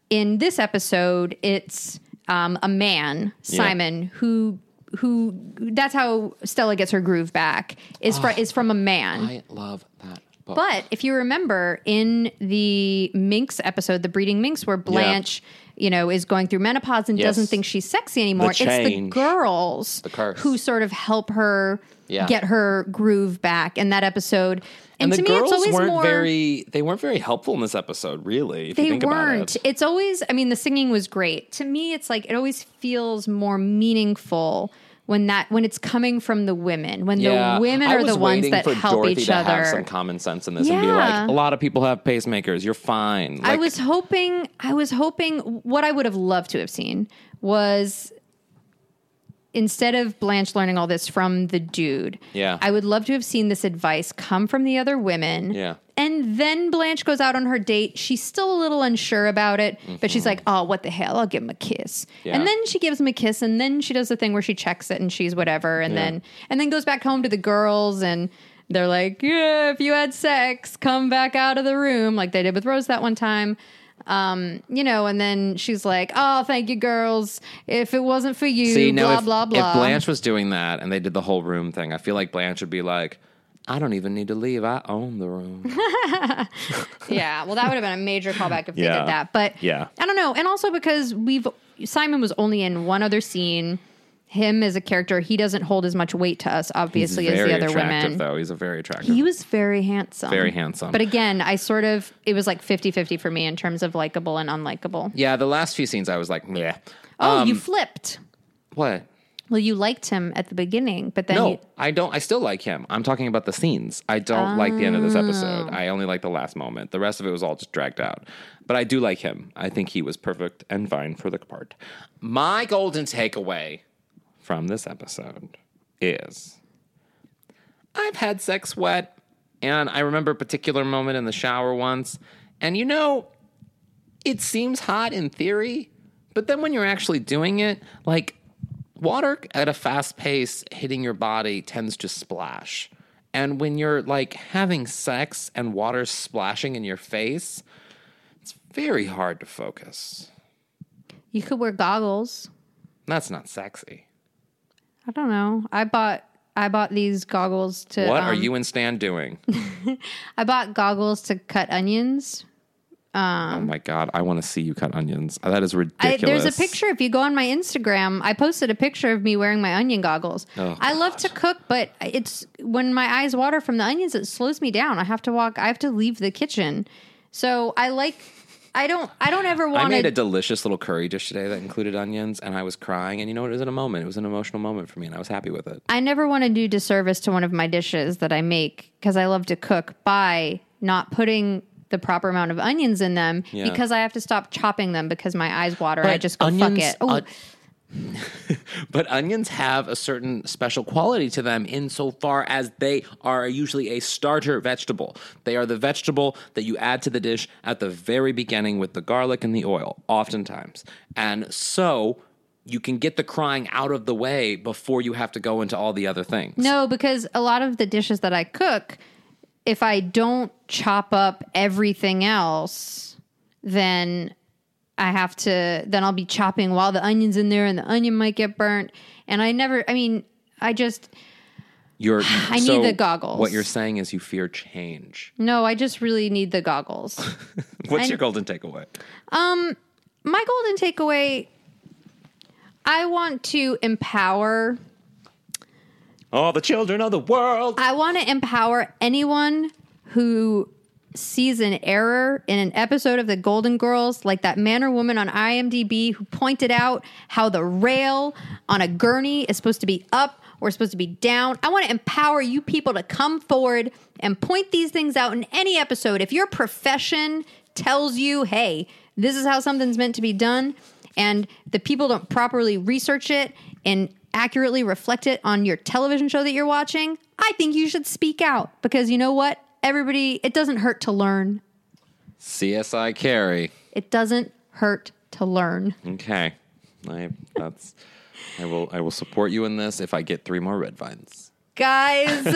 Speaker 3: in this episode, it's um, a man, Simon, who who that's how Stella gets her groove back is
Speaker 4: Ah.
Speaker 3: fro- is from a man.
Speaker 4: I love that book.
Speaker 3: But if you remember in the Minx episode, the breeding Minx, where Blanche, you know, is going through menopause and
Speaker 4: Yes.
Speaker 3: doesn't think she's sexy anymore, it's the
Speaker 4: change.
Speaker 3: girls
Speaker 4: curse.
Speaker 3: who sort of help her
Speaker 4: Yeah.
Speaker 3: get her groove back in that episode. And,
Speaker 4: and,
Speaker 3: to
Speaker 4: the
Speaker 3: me,
Speaker 4: girls
Speaker 3: it's always
Speaker 4: weren't
Speaker 3: more.
Speaker 4: very they weren't very helpful in this episode, really. If you
Speaker 3: they
Speaker 4: think
Speaker 3: weren't.
Speaker 4: About it.
Speaker 3: It's always, I mean, the singing was great. To me, it's like it always feels more meaningful when that when it's coming from the women when the women
Speaker 4: I
Speaker 3: are
Speaker 4: was
Speaker 3: the ones
Speaker 4: waiting
Speaker 3: that
Speaker 4: for
Speaker 3: help
Speaker 4: Dorothy
Speaker 3: each
Speaker 4: to
Speaker 3: other
Speaker 4: Have some common sense in this and be
Speaker 3: Yeah.
Speaker 4: like, a lot of people have pacemakers. You're fine.
Speaker 3: I
Speaker 4: Like,
Speaker 3: was hoping. I was hoping. What I would have loved to have seen was instead of Blanche learning all this from the dude.
Speaker 4: Yeah.
Speaker 3: I would love to have seen this advice come from the other women.
Speaker 4: Yeah.
Speaker 3: And then Blanche goes out on her date. She's still a little unsure about it, but she's like, "Oh, what the hell? I'll give him a kiss."
Speaker 4: Mm-hmm. Yeah.
Speaker 3: And then she gives him a kiss, and then she does the thing where she checks it and she's whatever, and then and then goes back home to the girls and. They're like, yeah, if you had sex, come back out of the room, like they did with Rose that one time Um, you know, and then she's like, "Oh, thank you, girls. If it wasn't for you,
Speaker 4: See, now
Speaker 3: blah
Speaker 4: if,
Speaker 3: blah blah."
Speaker 4: if Blanche was doing that and they did the whole room thing, I feel like Blanche would be like, I don't even need to leave. I own the room.
Speaker 3: yeah, well, that would have been a major callback if they
Speaker 4: Yeah.
Speaker 3: did that. But
Speaker 4: Yeah.
Speaker 3: I don't know, and also because we've Simon was only in one other scene. Him as a character, he doesn't hold as much weight to us, obviously, as the other
Speaker 4: attractive,
Speaker 3: women.
Speaker 4: though. He's a very attractive.
Speaker 3: He was very handsome.
Speaker 4: Very handsome.
Speaker 3: But again, I sort of, it was like 50 50 for me in terms of likable and unlikable.
Speaker 4: yeah, the last few scenes I was like, yeah.
Speaker 3: Oh,
Speaker 4: Um,
Speaker 3: you flipped.
Speaker 4: What?
Speaker 3: Well, you liked him at the beginning, but then
Speaker 4: No,
Speaker 3: you,
Speaker 4: I don't. I still like him. I'm talking about the scenes. I don't like the end of this episode.
Speaker 3: Ah.
Speaker 4: I only like the last moment. The rest of it was all just dragged out. But I do like him. I think he was perfect and fine for the part. My golden takeaway from this episode is I've had sex wet, and I remember a particular moment in the shower once. And you know, it seems hot in theory, but then when you're actually doing it, like water at a fast pace hitting your body tends to splash. And when you're like having sex and water splashing in your face, it's very hard to focus.
Speaker 3: you could wear goggles.
Speaker 4: That's not sexy.
Speaker 3: I don't know. I bought I bought these goggles to
Speaker 4: What
Speaker 3: um,
Speaker 4: are you and Stan doing?
Speaker 3: I bought goggles to cut onions.
Speaker 4: oh my God, I want to see you cut onions. That is
Speaker 3: I,
Speaker 4: ridiculous.
Speaker 3: there's a picture if you go on my Instagram. I posted a picture of me wearing my onion goggles.
Speaker 4: Oh,
Speaker 3: I love to cook, but it's when my eyes water from the onions, it slows me down. I have to walk. I have to leave the kitchen. So I like. I don't. I don't ever
Speaker 4: I
Speaker 3: want
Speaker 4: made
Speaker 3: to.
Speaker 4: a delicious little curry dish today that included onions, and I was crying. And you know what? It was in a moment. It was an emotional moment for me, and I was happy with it.
Speaker 3: I never want to do disservice to one of my dishes that I make because I love to cook by not putting the proper amount of onions in them
Speaker 4: Yeah.
Speaker 3: because I have to stop chopping them because my eyes water. and I
Speaker 4: But
Speaker 3: just go
Speaker 4: onions,
Speaker 3: fuck it. Oh,
Speaker 4: on- but onions have a certain special quality to them insofar as they are usually a starter vegetable. They are the vegetable that you add to the dish at the very beginning with the garlic and the oil, oftentimes. And so you can get the crying out of the way before you have to go into all the other things.
Speaker 3: No, because a lot of the dishes that I cook, if I don't chop up everything else, then I have to then I'll be chopping while the onions in there and the onion might get burnt and I never I mean, I just
Speaker 4: You're.
Speaker 3: I need
Speaker 4: so
Speaker 3: the goggles.
Speaker 4: What you're saying is you fear change.
Speaker 3: No, I just really need the goggles.
Speaker 4: What's
Speaker 3: I-
Speaker 4: your golden takeaway?
Speaker 3: my golden takeaway I want to empower
Speaker 4: All the children of the world.
Speaker 3: I want to empower anyone who sees an error in an episode of the Golden Girls, like that man or woman on IMDb who pointed out how the rail on a gurney is supposed to be up or supposed to be down. I want to empower you people to come forward and point these things out in any episode. If your profession tells you, hey, this is how something's meant to be done, and the people don't properly research it and accurately reflect it on your television show that you're watching, I think you should speak out because you know what? Everybody, it doesn't hurt to learn.
Speaker 4: CSI Carrie.
Speaker 3: It doesn't hurt to learn.
Speaker 4: Okay. I that's I will I will support you in this if I get three more red vines.
Speaker 3: Guys,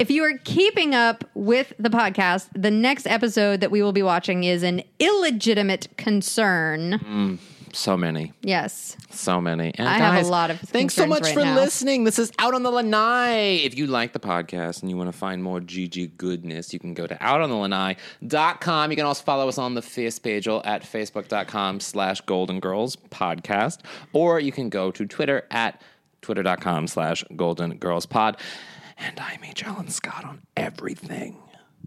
Speaker 3: if you are keeping up with the podcast, the next episode that we will be watching is an illegitimate concern.
Speaker 4: So many.
Speaker 3: Yes.
Speaker 4: So many. And
Speaker 3: I have a
Speaker 4: guys,
Speaker 3: lot of
Speaker 4: Thanks so
Speaker 3: concerns
Speaker 4: much
Speaker 3: right
Speaker 4: for
Speaker 3: now.
Speaker 4: listening. This is Out on the Lanai. If you like the podcast and you want to find more Gigi goodness, you can go to outonthe.lanai.com. You can also follow us on the face page or at facebook.com slash golden girls podcast. Or you can go to Twitter at twitter.com slash golden girls pod. And I'm H. Allen Scott on everything.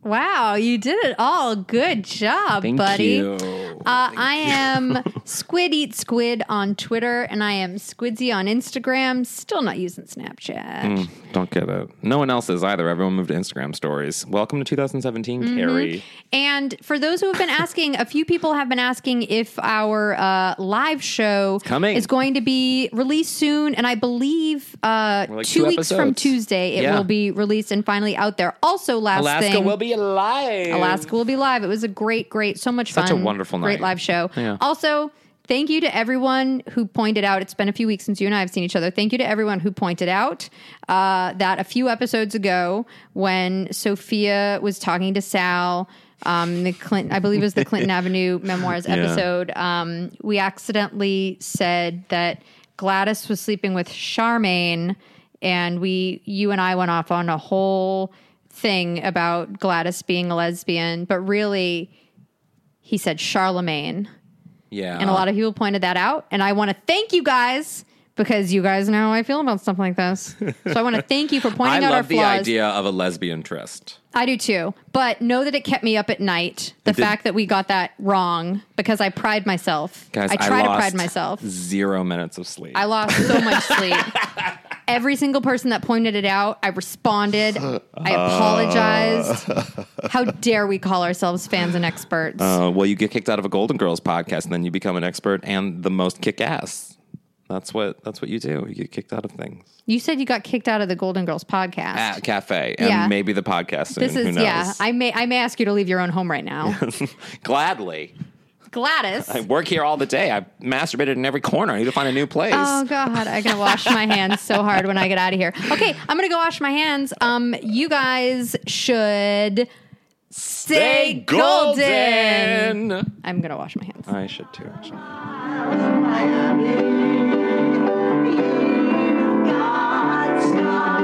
Speaker 3: Wow, you did it all. Good job, buddy.
Speaker 4: you.
Speaker 3: Uh, I am Squid Eat Squid on Twitter, and I am Squidzy on Instagram. Still not using Snapchat.
Speaker 4: Hmm. Don't get it. No one else is either. Everyone moved to Instagram stories. Welcome to 2017,
Speaker 3: Mm-hmm.
Speaker 4: Carrie.
Speaker 3: And for those who have been asking, a few people have been asking if our uh, live show
Speaker 4: coming.
Speaker 3: is going to be released soon. And I believe uh,
Speaker 4: We're like
Speaker 3: two,
Speaker 4: two
Speaker 3: weeks from
Speaker 4: episodes.
Speaker 3: Tuesday, it
Speaker 4: Yeah.
Speaker 3: will be released and finally out there. Also, last
Speaker 4: Alaska
Speaker 3: thing,
Speaker 4: will be alive.
Speaker 3: Alaska will be live. It was a great, great, so much
Speaker 4: Such a
Speaker 3: fun.
Speaker 4: wonderful
Speaker 3: Great
Speaker 4: night.
Speaker 3: live show.
Speaker 4: Yeah.
Speaker 3: Also, thank you to everyone who pointed out. It's been a few weeks since you and I have seen each other. Thank you to everyone who pointed out uh, that a few episodes ago, when Sophia was talking to Sal, um, the Clinton, I believe it was the Clinton Avenue Memoirs episode, um, we accidentally said that Gladys was sleeping with Charmaine, and we, you and I, went off on a whole thing about Gladys being a lesbian, but really he said Charlemagne.
Speaker 4: Yeah.
Speaker 3: And a lot of people pointed that out. And I want to thank you guys because you guys know how I feel about stuff like this. So I want to thank you for
Speaker 4: I
Speaker 3: pointing out our
Speaker 4: love the
Speaker 3: flaws.
Speaker 4: idea of a lesbian tryst.
Speaker 3: I do too. But know that it kept me up at night. The
Speaker 4: did.
Speaker 3: fact that we got that wrong because I pride myself.
Speaker 4: Guys,
Speaker 3: I try to
Speaker 4: lost
Speaker 3: pride myself.
Speaker 4: Zero minutes of sleep.
Speaker 3: I lost so much sleep. Every single person that pointed it out, I responded. I apologized. How dare we call ourselves fans and experts?
Speaker 4: uh, well, you get kicked out of a Golden Girls podcast, and then you become an expert and the most kick ass. That's what that's what you do. You get kicked out of things
Speaker 3: you said you got kicked out of the Golden Girls podcast.
Speaker 4: at cafe and
Speaker 3: Yeah.
Speaker 4: maybe the podcast. Soon.
Speaker 3: This
Speaker 4: Ah, Who
Speaker 3: is
Speaker 4: knows?
Speaker 3: yeah. I may I may ask you to leave your own home right now,
Speaker 4: Gladly,
Speaker 3: Gladys.
Speaker 4: I work here all the day. I masturbated in every corner. I need to find a new place.
Speaker 3: Oh God, I'm gonna wash my hands so hard when I get out of here. Okay, I'm gonna go wash my hands. Um, you guys should stay golden.
Speaker 4: golden.
Speaker 3: I'm gonna wash my hands.
Speaker 4: I should too. Actually.
Speaker 1: Miami, God's sky.